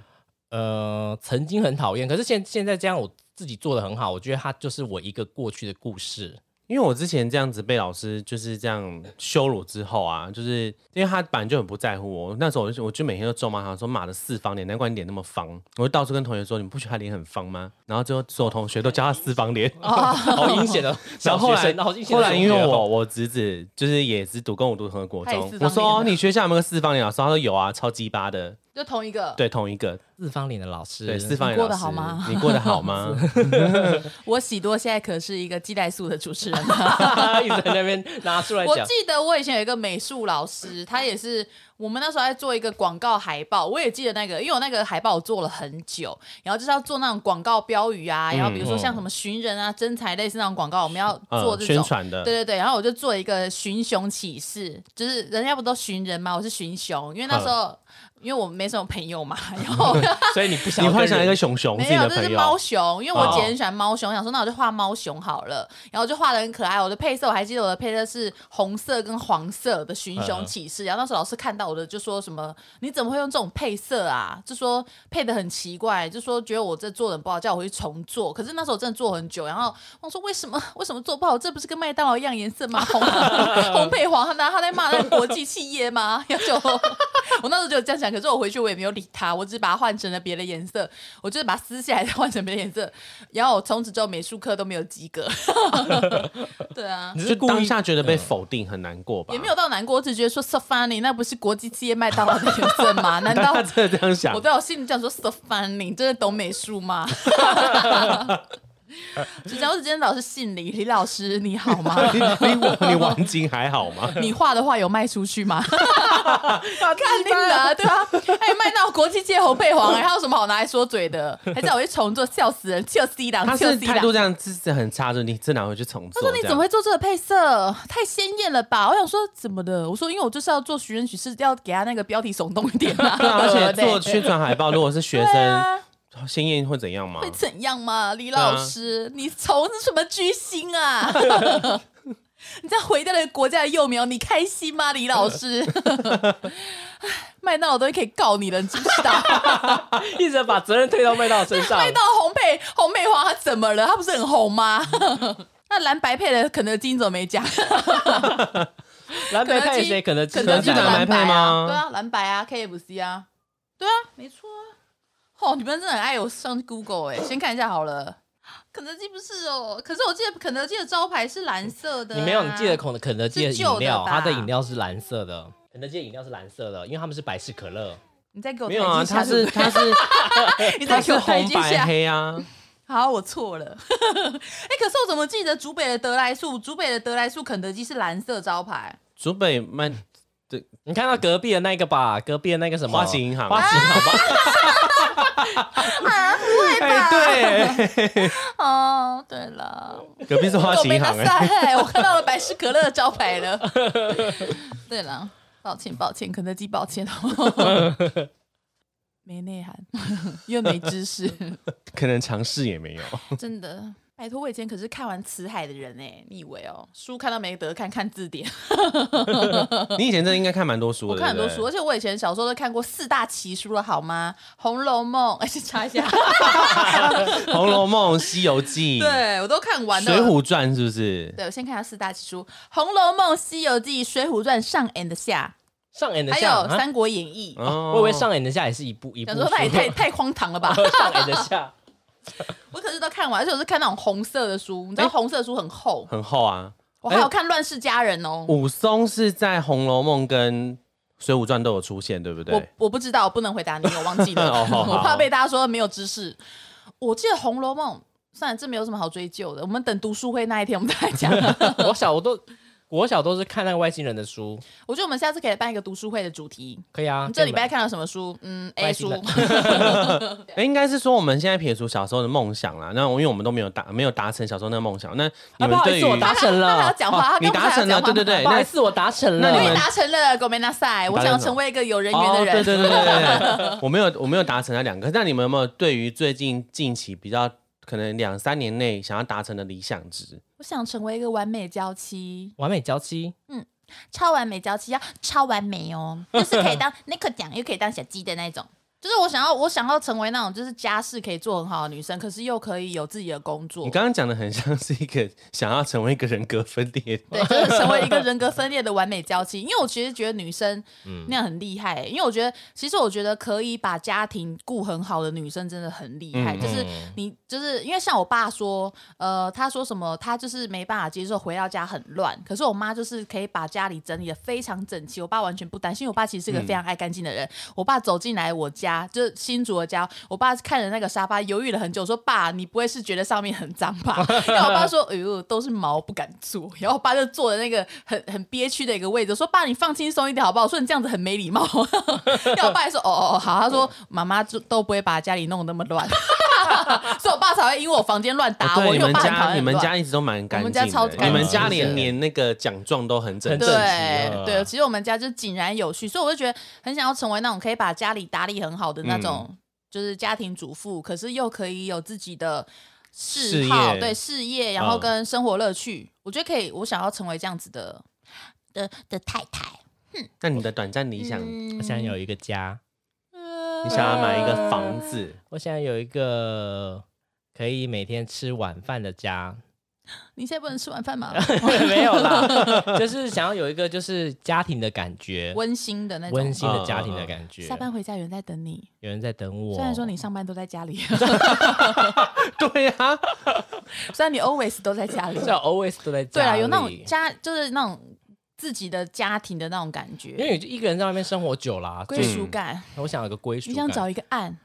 B: 呃，曾经很讨厌，可是现现在这样我自己做的很好，我觉得它就是我一个过去的
D: *laughs*
B: 故事。
D: 因为我之前这样子被老师就是这样羞辱之后啊，就是因为他本来就很不在乎我，那时候我就我就每天都咒骂他说妈的四方脸，难怪你脸那么方。我就到处跟同学说你不觉得他脸很方吗？然后最后所有同学都叫他四方脸。
B: 好阴险
D: *laughs*
B: 的
D: 然
B: 小
D: 后后
B: 学
D: 来
B: 生，好阴险
D: 后
B: 的
D: 来
B: 同
D: 因
B: 学
D: 为
B: 哦
D: 我我侄子就是也是读跟我读同一个国
A: 他也
D: 中
A: 四，方
D: 我说、
A: 脸的
D: 你学校有没有个四方脸老师？他说有啊，超鸡巴的，
A: 就同一个。
D: 对，同一个，
B: 四方脸的老师， *laughs*
D: 对，四方脸
A: 过
D: 老师，
A: 得好吗
D: 你过得
A: *laughs*
D: 好吗？
A: 我喜多现在可是一个基代素的主持人。
B: 一直在那边拿出来
A: 我
B: 讲。
A: 记得我以前有一个美术老师，他也是我们那时候在做一个广告海报，我也记得那个，因为我那个海报我做了很久，然后就是要做那种广告标语啊，然后比如说像什么寻人啊、真才类似那种广告，我们要做
D: 嗯，
A: 这
D: 宣
A: 种。
D: 传的，
A: 对对对，然后我就做一个寻熊启事，就是人家不都寻人吗？我是寻熊，因为那时候因为我没什么朋友嘛， *laughs* 然后
B: 所以你不
D: 你
B: 想要跟
D: 幻想一个
B: 人
D: 熊熊自
A: 没
D: 己
A: 有，
D: 的
A: 这是
D: 朋
A: 猫
D: 友，
A: 熊，因为我姐
D: 哦
A: 很喜欢猫熊，想说那我就画猫熊好了，然后就画的很可爱。我的配色我还记得，我的配色是红色跟黄色的
D: 嗯
A: 寻熊启事。然后那时候老师看到我的就说什么你怎么会用这种配色啊？就说配的很奇怪，就说觉得我这做的不好，叫我回去重做。可是那时候我真的做很久，然后我说为什么为什么做不好？这不是跟麦当劳一样颜色吗？
D: *laughs*
A: 红红配黄，他拿他在骂那个国际企业吗？ *laughs* 然后就我那时候就有这样想，可是我回去我也没有理他，我只是把它换成了别的颜色。我就是把它撕下来再换成别的颜色，然后我从此之后美术课都没有及格。 *laughs* 对啊，
B: 你
D: 就是
B: 故
D: 当
B: 意
D: 下觉得被否定很难过吧？
A: 也没有到难过，我只觉得说 so funny，那不是国际企业麦当劳的颜色吗？难道
D: *laughs* *laughs* 他真的这样想
A: 我，对我心里这样说 so funny，你真的懂美术吗？ *laughs* 就这样，我只今天老师姓李，李老师你好吗？ *laughs*
D: 你你你王晶还好吗？
A: 你画的画有卖出去吗？ *laughs* 看定的啊、对啊，哎、卖到国际界红配黄、哎，还有什么好拿来说嘴的？还叫我去重做，笑死人！笑死一档，
D: *laughs* 他
A: 笑
D: 是
A: 死一
D: 态
A: 档
D: 度这样，姿势很差，就你这拿回去重
A: 他
D: 做
A: 说
D: 这样。：“
A: 你怎么会做这个配色？太鲜艳了吧！”我想说怎么的？我说因为我就是要做寻人启事，要给他那个标题耸动一点啊。
D: 对 *laughs* 啊，而且
A: 对不
D: 做
A: 对
D: 宣传
A: *laughs*
D: 海报，如果是学
A: 对
D: 生，
A: 啊
D: 鲜艳会怎样吗
A: 会？怎样吗？李老
D: 啊
A: 师，你从什么居心
D: *laughs*
A: 啊？你这样毁掉了国家的幼苗，你开心吗，李老
D: *laughs*
A: 师？麦当劳都可以告你了，你知不知道？
D: *laughs*
B: 一直把责任推到麦当劳身上
A: 麦，当劳红配红配黄，它怎么了？它不是很红
D: *laughs*
A: 吗？那蓝白配的肯德基你怎么没讲？
B: 蓝莓
A: 肯德
B: 配
A: 基
B: 谁？肯德基，
A: 肯德基
D: 是
A: 的
D: 蓝
A: 白
D: 白配
A: 啊
D: 吗
A: 对啊，蓝白啊，KFC 啊，对啊，没错啊。哦，你们真的很爱我上 Google 哎、先看一下好了。肯德基不是哦，可是我记得肯德基的招牌是蓝色的啊、
B: 你没有，你记得肯肯德基的
A: 是旧
B: 饮
A: 的
B: 料，
A: 吧
B: 它的饮料是蓝色的，肯德基的饮料是蓝色的，因为他们是百事可乐。
A: 你再给我
D: 没有
A: 台
D: 啊，
A: 阶下
D: 他是
A: 对不
D: 他是
A: 对你
D: 他
A: 再给
D: 是
A: 我台
D: 红
A: 阶
D: 白
A: 下。
D: 黑啊，
A: 好，我错了。 *laughs* 哎、可是我怎么记得竹北的德来树，竹北的德来树肯德基是蓝色招牌？
D: 竹北麦
B: *laughs* 你看到隔壁的那个吧，隔壁的那个什么
D: 啊花旗银行
B: 花旗银行吧，
A: 啊，不会吧？
D: 哎
A: *laughs* 哦，对了。
D: 对，隔壁是花旗银
A: *laughs*
D: 行
A: 我没
D: 哎，
A: 拿赛我看到了百事可乐的招牌了。 *laughs* 对了，抱歉抱歉，肯德基抱歉， *laughs* 没内涵， *laughs* 因为没知识，
D: *laughs* 可能尝试也 *laughs* 没有。
A: *laughs* 真的。拜托，我以前可是看完《辞海》的人哎、你以为哦？书看到没得看，看字典。
D: 你以前真的应该看蛮多书的，
A: 我看很多
D: 对
A: 书，
D: 不对 *laughs*
A: 而且我以前小时候都看过四大奇书了，好吗？《红楼梦》， *laughs* 而且查一
D: *laughs*
A: 下，
D: 《红楼梦》《西游 *laughs* 记》
A: 对我都看完
D: 《
A: 了。
D: 水浒传》是不是？
A: 对，我先看一下四大奇书：《红楼梦》《西游记》《水浒传》上 and 下，
B: 上演的
A: 还有
B: 下，
A: 《
B: 啊
A: 三国演义》
D: 哦
B: 我以为上演的下也是一部一部
A: 想
B: 书。
A: 说那也太太荒唐了吧！
B: *laughs* 上演的下，
A: 我可是都看完，而且我是看那种红色的书，
D: 哎
A: 你知道红色的书很厚，
D: 很厚啊。
A: 我还有看《乱世佳人》哦。
D: 武松是在《红楼梦》跟《水浒传》都有出现，对不
A: 我
D: 对？
A: 我不知道，我不能回答你，我忘记了，
D: *laughs* 哦好好
A: *laughs* 我怕被大家说没有知识。我记得《红楼梦》，算了，这没有什么好追究的，我们等读书会那一天我们再来讲。啊
D: *laughs*
B: 我小我都我小都是看那个外星人的书，
A: 我觉得我们下次可以办一个读书会的主题。
B: 可以啊。
A: 你这礼拜看了什么书？嗯，A
B: 外星
A: 书。
B: 人
A: *laughs*
D: 哎、应该是说我们现在撇除小时候的梦想啦。那我因为我们都没有达没有达成小时候那个梦想，那你
B: 啊，不
D: 们
B: 好
D: 对
B: 意
D: 于、
B: 思，我达成
A: 他还要
B: 了。
A: 讲话，他
D: 哦你
A: 刚不是
D: 达
A: 还要
D: 成了，
A: 讲话吗
D: 对对对，
B: 不好
D: 那
B: 意思，我达成
D: 那
B: 了。
A: 我
D: 你
A: 也
D: 们
A: 达成了，狗没那赛。我
D: 达
A: 想要
D: 成了
A: 成为一个有人缘
D: 哦，
A: 的
D: 对对
A: 人。
D: 对对 *laughs* 对，我没有我没有达成那两个。那你们有没有对于最近近期比较可能两三年内想要达成的理想值？
A: 我想成为一个完美娇妻。
B: 完美娇妻，
A: 超完美娇妻要超完美哦，就是可以当那个奖，又可以当小鸡的那种。就是我想要，我想要成为那种就是家事可以做很好的女生，可是又可以有自己的工作
D: 你。刚刚讲的很像是一个想要成为一个人格分裂，
A: 对，
D: *laughs*
A: 就是成为一个人格分裂的完美娇妻。因为我其实觉得女生
D: 嗯
A: 那样很厉害、因为我觉得，其实我觉得可以把家庭顾很好的女生真的很厉害。
D: 嗯
A: 就是你，就是因为像我爸说，呃，他说什么，他就是没办法接受回到家很乱。可是我妈就是可以把
D: 嗯
A: 家里整理的非常整齐，我爸完全不担心。因为我爸其实是个非常爱干净的人。我爸走进来我家，家，就是新竹的家，我爸看着那个沙发犹豫了很久，说：“爸，你不会是觉得上面很脏吧？” *laughs* 然后我爸说：“哎呦，都是毛，不敢坐。”然后我爸就坐的那个很很憋屈的一个位置，说：“爸，你放轻松一点好不好？”我说：“你这样子很没礼貌。” *laughs* 然后我爸还说：“哦哦哦，好。”他说：“
D: 嗯
A: 妈妈就都不会把家里弄得那么乱。” *laughs* 所以我爸才会因为我房间乱打
D: 哦
A: 我，
D: 对
A: 因
D: 你
A: 为我
D: 们
A: 爸很讨
D: 家
A: 厌
D: 你们
A: 乱
D: 家一直都蛮干
A: 我
D: 净
A: 们
D: 的，
A: 家超干
D: 你们
B: 净
D: 家
B: 的
D: 连连那个奖状都很整
B: 很
D: 齐
B: 正
A: 对
B: 整齐啊
A: 对，其实我们家就井然有序，所以我就觉得很想要成为那种可以把家里打理很好的那种，
D: 嗯
A: 就是家庭主妇，可是又可以有自己的嗜好，
D: 事业
A: 对事业，然后
D: 嗯
A: 跟生活乐趣，我觉得可以，我想要成为这样子的的的太太。
D: 那你的短暂理想，你
A: 嗯
B: 我想有一个家，
A: 呃
D: 想要买一个房子， *laughs*
B: 我想有一个可以每天吃晚饭
A: *laughs*
B: 的家，
A: *laughs* 你现在不能吃晚
D: *laughs*
A: 饭吗？
B: 没有啦，就是想要有一个就是家庭的感觉，
A: 温馨的那种，
B: 温馨的家
D: 嗯
B: 庭的感觉。
A: 下班回家有人在等你，
B: 有人在等我，
A: 虽然说你上班都在家里， *laughs*
D: 对啊，
A: 虽然你 always 都在
D: *laughs*
A: 家里，
B: 至少 always 都在家
A: 对
B: 里
A: 啊，有那种家，就是那种自己的家庭的那种感觉，
B: 因为你就一个人在外面生活久了、啊，
A: 归
B: 所以
A: 属感。
B: 我想有个归属
A: 你
B: 感。
A: 想找一个
B: *laughs*
A: 岸，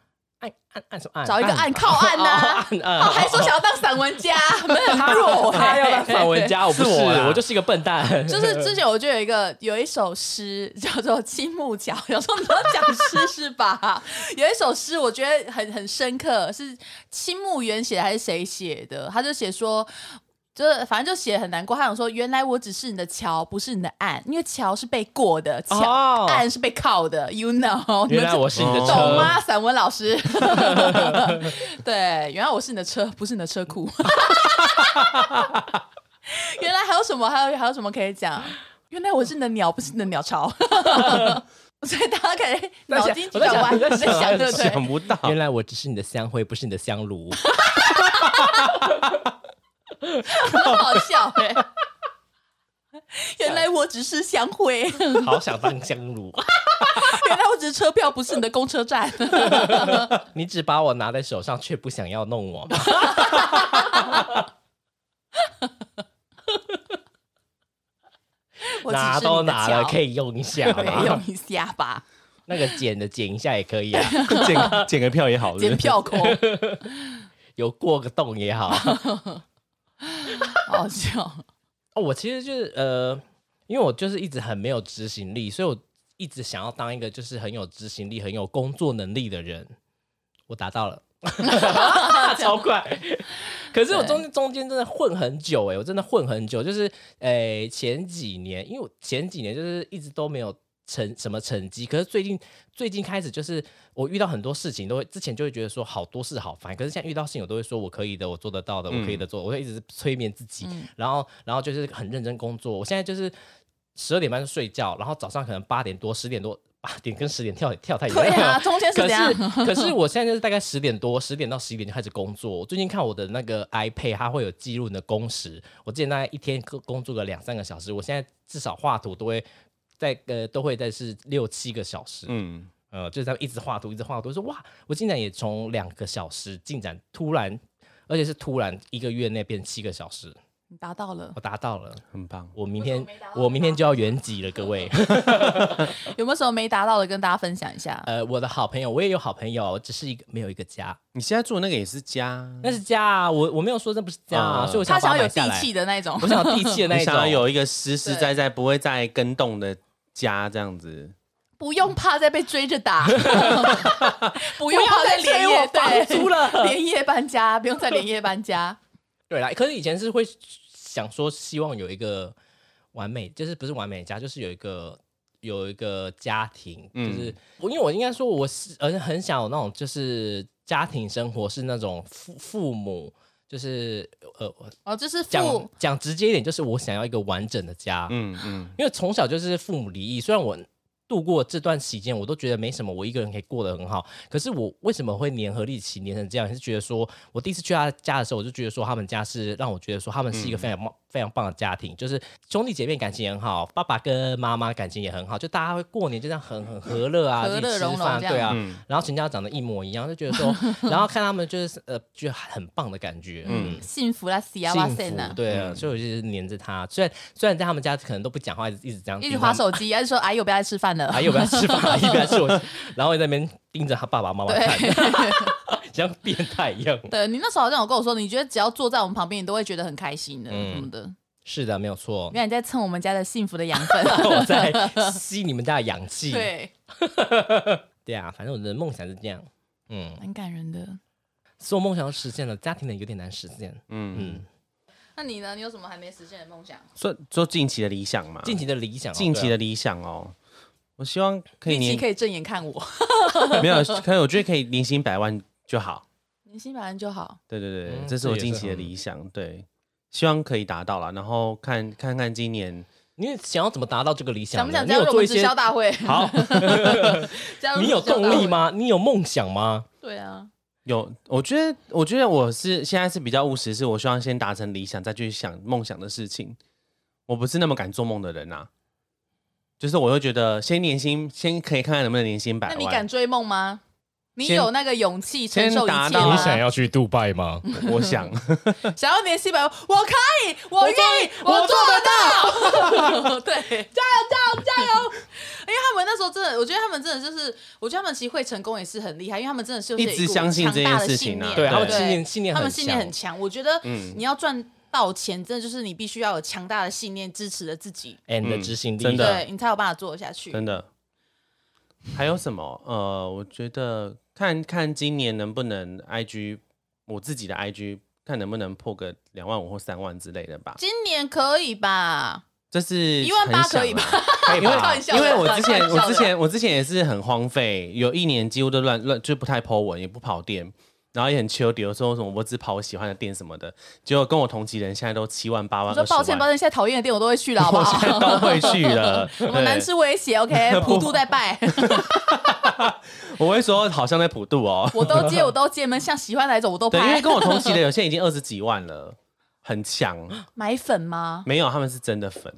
B: 按按按什么按？
A: 找一个岸
B: *laughs*
A: 靠岸呐、
B: 按
A: 哦
B: 按。
A: 还说想要当散文
B: *laughs*
A: 家，你们很弱、欸。
B: 他要当散
A: *laughs*
B: 文家，我不
D: 是
B: 是，
D: 我啦
B: 我就是一个笨蛋。
A: 就是之前我就有一个有一首诗叫做《青木桥》， *laughs* 有时候你要讲诗是吧？有一首诗我觉得很很深刻，是青木原写的还是谁写的？他就写说。就是反正就写得很难过，他想说，原来我只是你的桥，不是你的岸，因为桥是被过的，桥、
B: 哦
A: 岸是被靠的，you know？你
B: 原
A: 们
B: 来
A: 这
B: 我是你的车，
A: 懂
D: 哦
A: 吗，散文老师？ *laughs* 对，原来我是你的车，不是你的车库。 *laughs* 原来还有什么？还有还有什么可以讲？原来我是你的鸟，不是你的鸟巢。 *laughs* 所以大家可以脑筋急转弯，
B: 我在
A: 在
B: 想
A: 想对不
D: 想
A: 对？
D: 不到，
B: 原来我只是你的香灰，不是你的香
D: *laughs*
B: 炉。
A: 很好笑
B: *laughs*
A: 哎、原来我只是香灰，原 *laughs*
B: 好想当香炉，
A: 来我只是车票，不是你的公车
B: *laughs*
A: 站。
B: 你只把我拿在手上，却不想要弄我吗？
A: *laughs* 我只
B: 拿
A: 是
B: 都
A: 你的
B: 拿了，
A: 桥
B: 可以用一下
A: *laughs* 对
B: 吗
A: 用？一下吧，
B: 那个剪的剪一下也可以啊， *laughs*
D: 捡捡个票
A: *laughs*
D: 也好，
A: 捡票口，
B: 有过个洞也好。 *laughs*
A: 好好笑。
B: 哦，我其实就是呃，因为我就是一直很没有执行力，所以我一直想要当一个就是很有执行力、很有工作能力的人。我达到了，
A: *laughs*
B: 超快。 *laughs* 可是我中间中间真的混很久哎、我真的混很久，就是诶、前几年，因为我前几年就是一直都没有成什么成绩，可是最近最近开始就是我遇到很多事情都会，之前就会觉得说好多事好烦，可是现在遇到事情我都会说我可以的，我做得到的，我可以的做，我会一直催眠自己，然后然后就是很认真工作，我现在就是十二点半就睡觉，然后早上可能八点多十点多。八点跟十点跳跳太远
A: *laughs*
B: 了，
A: 对啊，中间是
B: 可
A: 怎样
B: 是？
A: *laughs*
B: 可是我现在就是大概十点多，十点到十一点就开始工作。我最近看我的那个 iPad，它会有记录你的工时。我之前大概一天工工作个两三个小时，我现在至少画图都会在呃都会在是六七个小时。
D: 嗯，
B: 呃，就是他们一直画图，一直画图，说哇，我竟然也从两个小时进展突然，而且是突然一个月内变七个小时，
A: 你达到了，
B: 我达到了。
D: 很棒。
B: 我明天我明天就要原籍了，各位。
A: 有没有什么没达到的跟大家分享一下？
B: 呃，我的好朋友，我也有好朋友，只是一个没有一个家。
D: 你现在住的那个也是家，
B: 那是家啊，我我没有说这不是家啊，
D: 啊
B: 所以
A: 嗯
B: 我
A: 哦他
B: 想
A: 想
B: 要
A: 要有地气，的那种
B: 我，想要地气的那
D: 你
B: 一
D: 想
B: 种，
D: 要有一个实实
A: 对
D: 在在不会再跟动的家这样子，
A: 不用怕再被追着打，不
B: *laughs* 不
A: 用怕
B: 要
A: 再连
B: 再催我
A: 夜
B: 房租
A: 对， *laughs*
B: 了。
A: 连夜搬家，不用再连夜搬家。
B: 对啦，可是以前是会想说，希望有一个完美，就是不是完美的家，就是有一个有一个家庭，
D: 嗯
B: 就是我因为我应该说我是，而且很想有那种就是家庭生活是那种父父母。就是呃，
A: 哦，这是
B: 讲
A: 父
B: 讲直接一点，就是我想要一个完整的家，
D: 嗯嗯，
B: 因为从小就是父母离异，虽然我度过这段期间，我都觉得没什么，我一个人可以过得很好。可是我为什么会粘合力奇粘成这样？是觉得说我第一次去他家的时候，我就觉得说他们家是让我觉得说他们是一个非常棒、非常棒的家庭，就是兄弟姐妹感情也很好，爸爸跟妈妈感情也很好，就大家会过年就这样很很和乐啊，
A: 和乐
B: 一起吃
A: 融融
B: 饭
A: 这样
B: 对啊。
D: 嗯
B: 然后全家长得一模一样，就觉得说，然后看他们就是呃，觉得很棒的感觉，嗯
A: 幸福啦，喜啊哇
B: 幸
A: 塞
B: 福，
A: 呐，
B: 对
E: 嗯
B: 啊，所以我就是黏着他。虽然虽然在他们家可能都不讲话，一直一直这样
A: 一直划
B: 盯他们，
A: 手机，还是说哎呦不要再吃饭了。
B: 阿姨，我不要
A: *laughs*
B: 吃饭，阿姨不要吃我，然后在那边盯着他爸爸妈妈看， *laughs* 像变态一样。
A: *laughs* 对你那时候好像有跟我说，你觉得只要坐在我们旁边，你都会觉得很开心的，
B: 嗯
A: 什么的。
B: 是的，没有错
A: 原。来你在蹭我们家的幸福的养
B: *laughs*
A: 分。
B: 我在吸你们家的氧气。
A: 对，
B: 对啊，反正我的梦想是这样。嗯，
A: 蛮感人的。
B: 所有梦想都实现了，家庭的有点难实现。
E: 啊
D: 嗯，
B: 嗯，
A: 那你呢？你有什么还没实现的梦想？
D: 说说近期的理想嘛，
B: 近期的理想哦，
D: 近期
B: 对
D: 的
B: 啊
D: 理想哦，我希望可以
A: 运气
D: 年
A: 可以正眼看 *laughs* 我，
D: *laughs* 没有，可能我觉得可以年薪百万就好。
A: 年薪百万就好。
D: 对对对，
B: 嗯
D: 这是
B: 这
D: 我
B: 也
D: 近
B: 是
D: 期的
B: 很
D: 理想，对，希望可以达到了。然后看看看今年，
B: 你想要怎么达到这个理想呢？
A: 想不想
B: 你
A: 加入
B: 有
A: 我
B: 做
A: 们
B: 一
A: 直
B: 些？
A: 销大会？ *laughs*
D: 好
A: 加入
B: *laughs* 你有
A: 直销大
B: 动
A: 会
B: 力？吗？你有梦想吗？
A: 对啊，
D: 有，我觉得，我觉得我是现在是比较务实，是我希望先达成理想，再去想梦想的事情。我不是那么敢做梦的人啊，就是我会觉得先年薪，先可以看看能不能年薪百
A: 那
D: 万。
A: 你敢追梦吗？你
D: 先
A: 有那个勇气承
D: 先
A: 受一
D: 达
A: 切
D: 到
A: 吗？
D: 啊
E: 你想要去杜拜吗？
A: *laughs*
D: 我想，
A: 想要年薪百万，我可以，我愿意，我做得到。 *laughs* 对，加油，加油，加油！ *laughs* 因为他们那时候真的，我觉得他们真的就是，我觉得他们其实会成功也是很厉害，因为他们真的是有
D: 一直相信这件事情啊
A: 强大的信念
D: 对
B: 他们
D: 对
B: 信念信念
A: 他
B: 很
A: 们信念很
B: 强。
A: 强。我觉得
D: 嗯
A: 你要赚到钱，真的就是你必须要有强大的信念支持着自己，
B: and 的
D: 嗯
B: 执行力，
D: 真的
A: 对你才有办法做得下去。
D: 真的。还有什么？呃，我觉得看看今年能不能 IG，我自己的 IG 看能不能破个两万五或三万之类的吧。
A: 今年可以吧？
D: 这是
A: 一万八
D: 很想
A: 可
D: *laughs*
A: 以吧
D: 啊？
A: 可
D: 因为
A: 开玩笑的，
D: 因为我之前
A: 开玩笑
D: 我
A: 的
D: 之前我之前也是很荒废，有一年几乎都乱乱，就不太 po 文，也不跑店，然后也很秋有说什么我只跑我喜欢的店什么的，结果跟我同级人现在都七万八
A: 我
D: 万，
A: 说抱歉抱
D: 歉，
A: 歉，现在讨厌的店我都会去了，好不
D: *laughs* 我现在
A: 好？
D: 都会去了，
A: *laughs* 我们南
D: 对
A: 是威胁，OK，普
D: *laughs*
A: 渡在拜，
D: 我会说好像在普渡哦，
A: *laughs* 我都接，我都接，你们像喜欢哪一种我都
D: 对，因
A: 拍
D: 为。跟我同级的有些已经二十几万了，很强，
A: 买粉吗？
D: 没有他们是真的粉。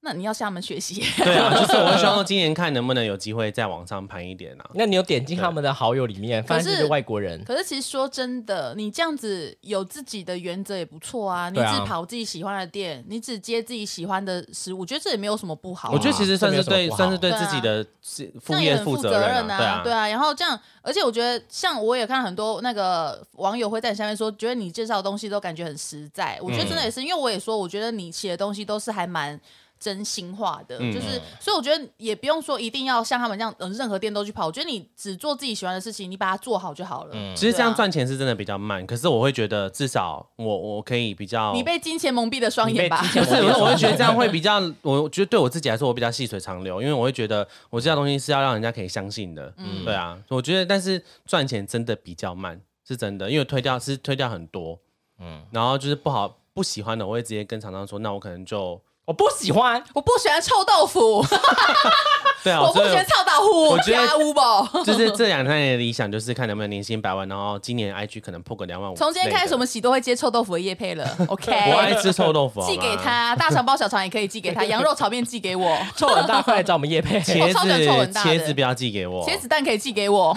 A: 那你要向他们学习。 *laughs*
D: 对啊，就是我希望今年看能不能有机会再往上攀一点啊。
B: 那你有点进他们的好友里面，发现
A: 可
B: 这
A: 是
B: 是外国人，
A: 可是其实说真的，你这样子有自己的原则也不错啊。你
B: 对啊
A: 只跑自己喜欢的店，你只接自己喜欢的食物，我觉得这也没有什么不好啊。
D: 我觉得其实算是
B: 这没有
D: 对，
B: 什么不好
D: 算是对自己的事
A: 这
D: 副
A: 样也
D: 业
A: 很
D: 负
A: 负
D: 责任
A: 任
D: 啊，对啊，
A: 对啊。然后这样，而且我觉得，像我也看很多那个网友会在你下面说，觉得你介绍的东西都感觉很实在。我觉得
D: 嗯
A: 真的也是，因为我也说，我觉得你写的东西都是还蛮。真心话的，
D: 嗯
A: 就是，所以我觉得也不用说一定要像他们这样，嗯、任何店都去跑。我觉得你只做自己喜欢的事情，你把它做好就好了。
D: 其实这
A: 对
D: 样
A: 啊
D: 赚钱是真的比较慢，可是我会觉得至少我我可以比较，
A: 你被金钱蒙蔽了双
B: 你被
A: 眼吧？
B: 提
D: 不
B: 前
D: 是，我
B: 我也
D: 是我会
B: 说
D: 觉得这样会比较，我觉得对我自己来说我比较细水长流，因为我会觉得我这道东西是要让人家可以相信的，嗯，对啊，我觉得但是赚钱真的比较慢，是真的，因为推掉是推掉很多，嗯，然后就是不好不喜欢的，我会直接跟厂商说，那我可
A: *laughs*
D: 能就
B: 我不喜欢。
A: 我不喜欢臭豆
D: *laughs*
A: 腐，
D: 对啊，
A: 我不
D: 所以
A: 喜欢臭豆腐，
D: 我觉得
A: 家乌宝。 *laughs*
D: 就是这两三年的理想就是看能不能年薪百万，然后今年 IG 可能破个两万五，
A: 从今天开始，我们喜都会接臭豆腐的叶配了，OK？
D: 我爱吃臭豆腐，好吗
A: 寄给。他，大肠包小肠也可以寄给他，羊肉炒面寄给我，
B: 臭很大，快来找我们
A: *laughs*
B: 叶佩。
D: 茄
A: 我超喜欢
D: 子
A: 臭很大的
D: 茄子不要寄给我，
A: 茄子蛋可以寄给我，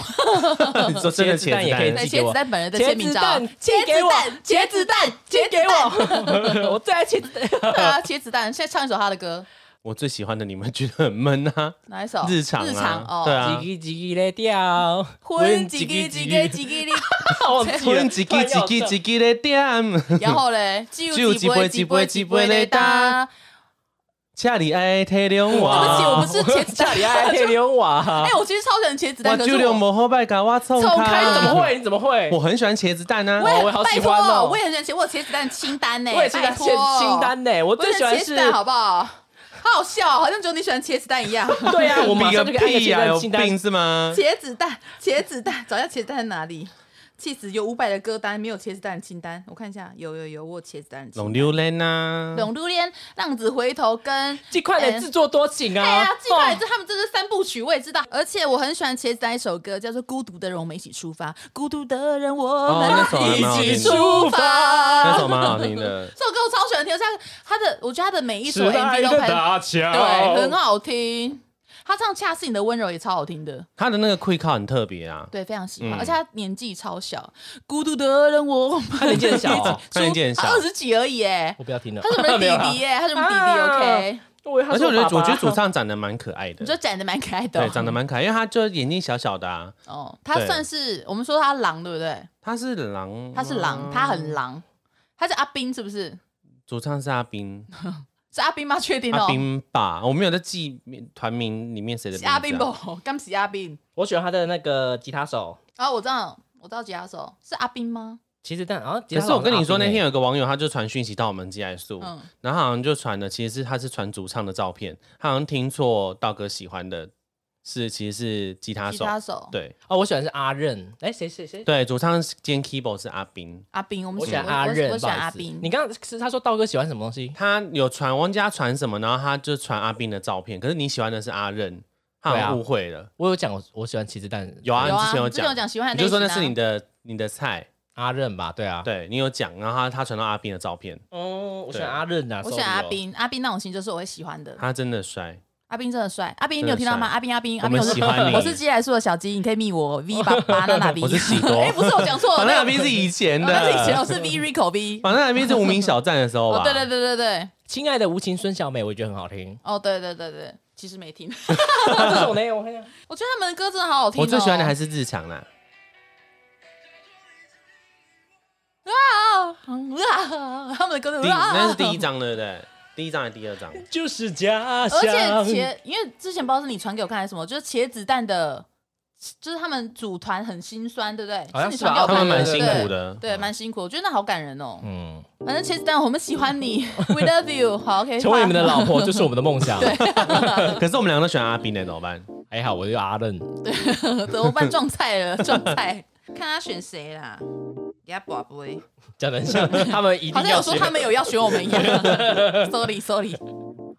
D: 你 *laughs* 说真的
B: 茄子蛋也可以
A: 对，
B: 寄给
A: 茄
B: 我
A: 子蛋本人的
B: 茄
A: 签名
B: 子
A: 照
B: 蛋，寄
A: 茄
B: 给
A: 子
B: 我
A: 蛋，茄子蛋，茄子蛋，
B: *laughs* 我最
A: *laughs*
B: 爱茄子蛋。
A: 对啊，茄子蛋，现在唱一首他的歌，
D: 我最喜欢的，你们觉得很闷啊？
A: 哪一首？
D: 日常啊
A: 日常
D: 对
A: 哦，
D: 啊
B: 叽叽叽叽嘞掉，
A: 婚几个几个几个哩，
B: 忘记了
D: 问几句几句几句的点，
A: 然后嘞，就
D: 就
A: 几杯几杯几杯嘞哒。
D: 请你爱体
A: *laughs*
D: 谅
A: 对不起，我
D: 我啊
A: 不。是茄子蛋，
B: 你爱黑牛瓦
A: 哎，，
B: *laughs*
A: 我其实超喜欢茄子蛋，
D: 我
A: 可
D: 酒
A: 是
D: 量
A: 我
D: 不好，拜给我冲
A: 冲开
B: 哎你怎
D: 开。
B: 么
D: 啊
B: 会？你怎么会？
D: 我很喜欢茄子蛋啊，
B: 也我好
A: 拜
B: 喜
A: 托
B: 欢哦，
A: 我也很喜欢茄，我有茄子蛋清单呢，
B: 我也是在
A: 哎拜
B: 现
A: 托
B: 清单呢，我
A: 我
B: 最喜欢
A: 茄
B: 是
A: 子。蛋，好不好？好好笑哦，好像只有你喜欢茄子蛋一样。*laughs*
D: *laughs*
B: 对啊，我马
D: 比
B: 上
D: 个
B: 就可
D: 屁
B: 以按个清
D: 呀，
B: 单
D: 有
B: 清单
D: 病是吗？
A: 茄子蛋， *laughs* 茄子蛋，找一下茄子蛋在哪里？气死有五百的歌单，没有茄子蛋的清单。我看一下，有有有，我有茄子蛋的清
D: 龙
A: 单。
D: 榴莲啊，
A: 龙珠连浪子回头跟。
B: 这块的自作多
A: *laughs*
B: 情
A: 哎
B: 啊
A: 呀，！这块这他们这是三部曲，我也知道，而且我很喜欢茄子蛋一首歌，叫做《孤独的人我们一起出发》，孤独的人我
D: 哦那首还
A: 们
D: 蛮好
A: 一
D: 听的
A: 起出 *laughs*
D: 那
A: 发。
D: 首蛮好
A: *laughs*
D: 听的。
A: 这首歌我超喜欢听，像他的，我觉得他的每一首
E: 时代
A: MV 都
E: 的
A: 拍得
E: 大桥，
A: 对，很好听。他唱《恰似你的温柔》也超好听的，
D: 他的那个 quick call 很特别啊，
A: 对，非常喜欢。
D: 嗯
A: 而且他年纪超小，孤独的人我
B: 他年纪很小哦
D: *laughs* 他年纪很小
A: 二十几而已哎，
D: *laughs*
B: 我不要听了
A: 他，是我们的
B: *laughs* 没有
A: 弟
B: 啦啊
A: 弟耶，他是我们弟弟。OK，我以为他
D: 而
A: 是
D: 且我觉得
A: 爸
D: 我
A: 爸
D: 觉得主唱长得蛮可爱的
A: 你，就长得蛮可爱的哦、
D: 对，长得蛮可爱，因为他就眼睛小小的啊，
A: 哦，他
D: 对
A: 算是我们说他狼对不对？
D: 他是狼，
A: 他是狼，
D: 嗯
A: 他很狼，他是阿斌是不是？
D: 主唱是阿斌，
A: 是阿斌吗？ *laughs* 确定哦
D: 阿，斌吧，我没有在记团名里面谁的
A: 是阿
D: 名
A: 斌
D: 字啊
A: 不？刚是阿斌
B: 我喜欢他的那个吉他手。
A: 啊，我知道，我知道吉他手是阿斌吗？
B: 其实但啊，吉
D: 可
B: 他
D: 是
B: 手
D: 我跟你说，
B: 阿斌
D: 那
B: 欸
D: 天有个网友他就传讯息到我们寄来素，
A: 嗯，
D: 然后好像就传了，其实是他是传主唱的照片，他好像听错道哥喜欢的是其实是吉他
A: 吉
D: 手，
A: 他手
D: 对
B: 哦，我喜欢是阿任。哎，谁谁谁？
D: 对，主唱兼 keyboard 是阿斌，
A: 阿斌，我们
B: 我喜欢
A: 我
B: 阿
A: 我
B: 任，
A: 我
B: 不
A: 喜
B: 好
A: 欢
B: 意
A: 阿
B: 思
A: 斌。
B: 你刚刚是他说道哥喜欢什么东西？
D: 他有传，忘记他传什么，然后他就传阿斌的照片，可是你喜欢的是阿任，他好
B: 对啊
D: 像误会了，
B: 我有讲我我喜欢骑士蛋
D: 有啊，
A: 有
D: 你之
A: 啊，你
D: 前
A: 之前有
D: 讲，
A: 讲喜欢
D: 你
A: 的类
D: 就
A: 型
D: 说
A: 啊，
D: 那是你的你的菜，
B: 阿任吧？对啊，
D: 对你有讲，然后他他传到阿斌的照片，
B: 哦，我喜
D: 对
B: 欢阿任啊，
A: 我喜欢阿
B: sorry 哦。
A: 斌，阿斌那种型就是我会喜欢的。
D: 他真的帅，
A: 阿斌真的帅，阿斌你
D: 真的
A: 有听到吗？
D: 帅
A: 阿斌阿斌
D: 我
A: 阿
D: 们
A: 斌，我
D: 喜欢你
A: 是我是寄来素的小鸡，你可以密我 V 八巴娜
D: *laughs*
A: 娜 V，
D: 我是喜
A: *laughs*
D: 多
A: 哎，不是我讲错了，
D: *laughs* 反正阿
A: 对
D: 斌是以前
A: 哦
D: 的，哦
A: 那是以前我是 V Rico
D: *laughs*
A: V，
D: 反正阿斌是无名小站的时候吧，
A: 哦，对对对对对，
B: 亲爱的无情孙小美，我也觉得很
A: *laughs*。
B: 好听
A: 哦，对对对对，其实没听， *laughs*
B: 啊这首呢，我看一下
A: 我觉得他们的歌真的好好听哦。
D: 我最喜欢的还是日常啦。
A: 啊啊，他们的歌真 *laughs*
D: 第
A: 的啊，
D: 那是第一张对不对？第一张还是第二张？
B: 就是家乡。
A: 而且茄，因为之前不知道是你传给我看还是什么，就是茄子蛋的，就是他们组团很心酸，对不对？
B: 好像
A: 你
B: 是吧
A: 传给我
D: 他
A: 看
D: 们
A: 的
D: 蛮
A: 对
D: 辛
A: 不对
D: 苦的。
A: 对，蛮辛苦，我觉得那好感人哦。
B: 嗯，
A: 反正茄子蛋，我们喜欢
B: *laughs*
A: 你，We love you，好，OK，
B: 成为你们的老婆就是我们的梦
A: *laughs*
B: 想。对，
D: 可是我们两个都喜欢阿斌的，怎么办？
B: 还好我就阿任。
A: 爸怎么办？撞菜
B: *laughs*
A: 了，撞菜，看他选谁啦。给他宝贝，
B: 讲的很像他们一
A: 好像
B: 定要
A: 有说
B: 学。
A: 他们有要选我们一
B: *laughs*
A: 样。Sorry，Sorry，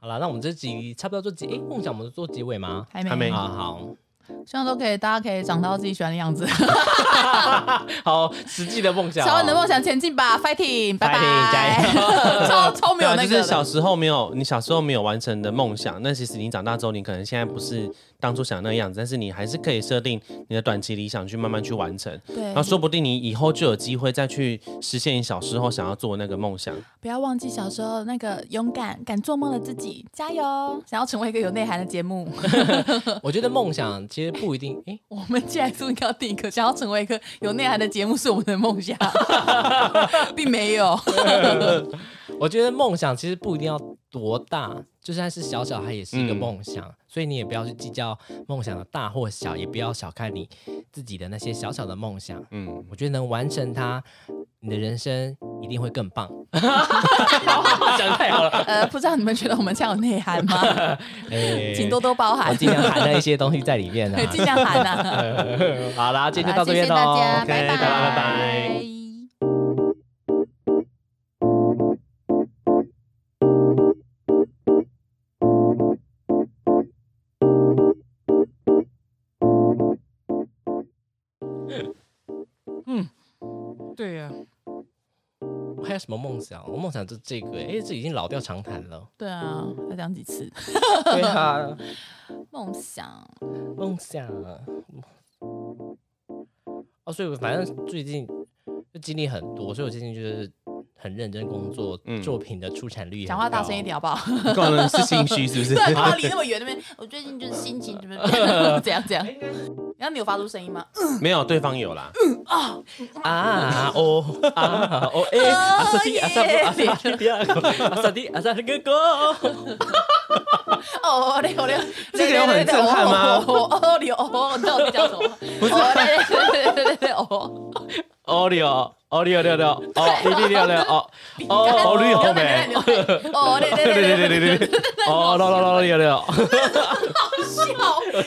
B: 好了，那我们这集差不多做结，哎，梦想我们做结尾吗？
A: 还没，
D: 还没
B: 啊，好
A: 希望都可以，大家可以长到自己喜欢的样子。
B: *laughs* 好，实际的梦想哦。
A: 小你的梦想前进吧，fighting，拜
B: Fighting，加
A: 拜， *laughs* 超超没
D: 对
A: 有
D: 啊，
A: 那
D: 就
A: 个的，
D: 是小时候没有你小时候没有完成的梦想，那其实你长大之后，你可能现在不是当初想的那个样子，但是你还是可以设定你的短期理想去慢慢去完成，
A: 对
D: 然后，说不定你以后就有机会再去实现你小时候想要做的那个梦想。
A: 不要忘记小时候那个勇敢、敢做梦的自己，加油！想要成为一个有内涵的节目，
B: 我觉得梦想其实不一定，哎，
A: 我们既然说应该要定一个想要成为一个有内涵的节目是我们的梦
B: *laughs*
A: 想，并没有。
B: 我觉得梦想其实不一定要多大，就算是小小，它也是一
D: 嗯
B: 个梦想。所以你也不要去计较梦想的大或小，也不要小看你自己的那些小小的梦想。
D: 嗯，
B: 我觉得能完成它，你的人生一定会更棒。讲得太好了，
A: 呃，不知道你们觉得我们这样有内涵吗？
B: 哎
A: *laughs* 请多多包
B: 我
A: 涵，
B: 尽量含了一些东西在里面
A: 对
B: 啊。
A: *laughs* 尽量喊啊！
B: 好啦，今天就
A: 好啦谢
B: 到这边
A: 谢大
B: 喽
A: 家，
D: ，OK，
A: 拜
D: 大家拜拜
A: 拜
B: 嗯对呀、我还有什么梦想？我梦想就这个、哎，这已经老调常谈了。
A: 对啊，要讲几次？
B: 对啊，
A: 梦想，
B: 梦想。哦，所以我反正最近就经历很多，所以我最近就是很认真工作，
D: 嗯
B: 作品的出产率也很
A: 讲话大
B: 高
A: 声一。点好不好？
D: 可能是心虚是不是？
A: 对，不要离那么远那边。我最近就是心情怎么怎样怎样。然后你有发出声音吗？
D: 没有，对方有啦。
B: 啊哦啊哦哎，阿萨蒂阿萨布阿萨蒂阿萨蒂阿萨蒂哥哥，
A: 哦，嘞哦嘞，
D: 这个有很震撼吗
A: 哦哦嘞哦，你知道我在讲什么？不是，对对对对对哦。
D: 哦六哦六六六哦六六六六哦哦六
A: 哦
D: 后
A: 嘞
D: 面。
A: 哦嘞对对对对对，
D: 对对对，哦，六六六六六，
A: 笑，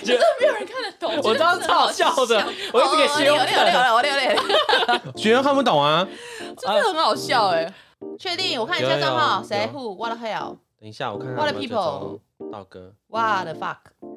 A: 真的没有人看得懂。
B: 我知道超好笑的，我一直给修
A: 哦嘞哦嘞哦嘞哦嘞，
D: 学员看不懂啊。
A: 真的很好笑哎。确定？我看一下账号，
D: 有有
A: 谁
D: 有
A: who what the hell
D: 等一下，我看看
A: What
D: 有没
A: people？
D: 有追踪道哥，
A: what the fuck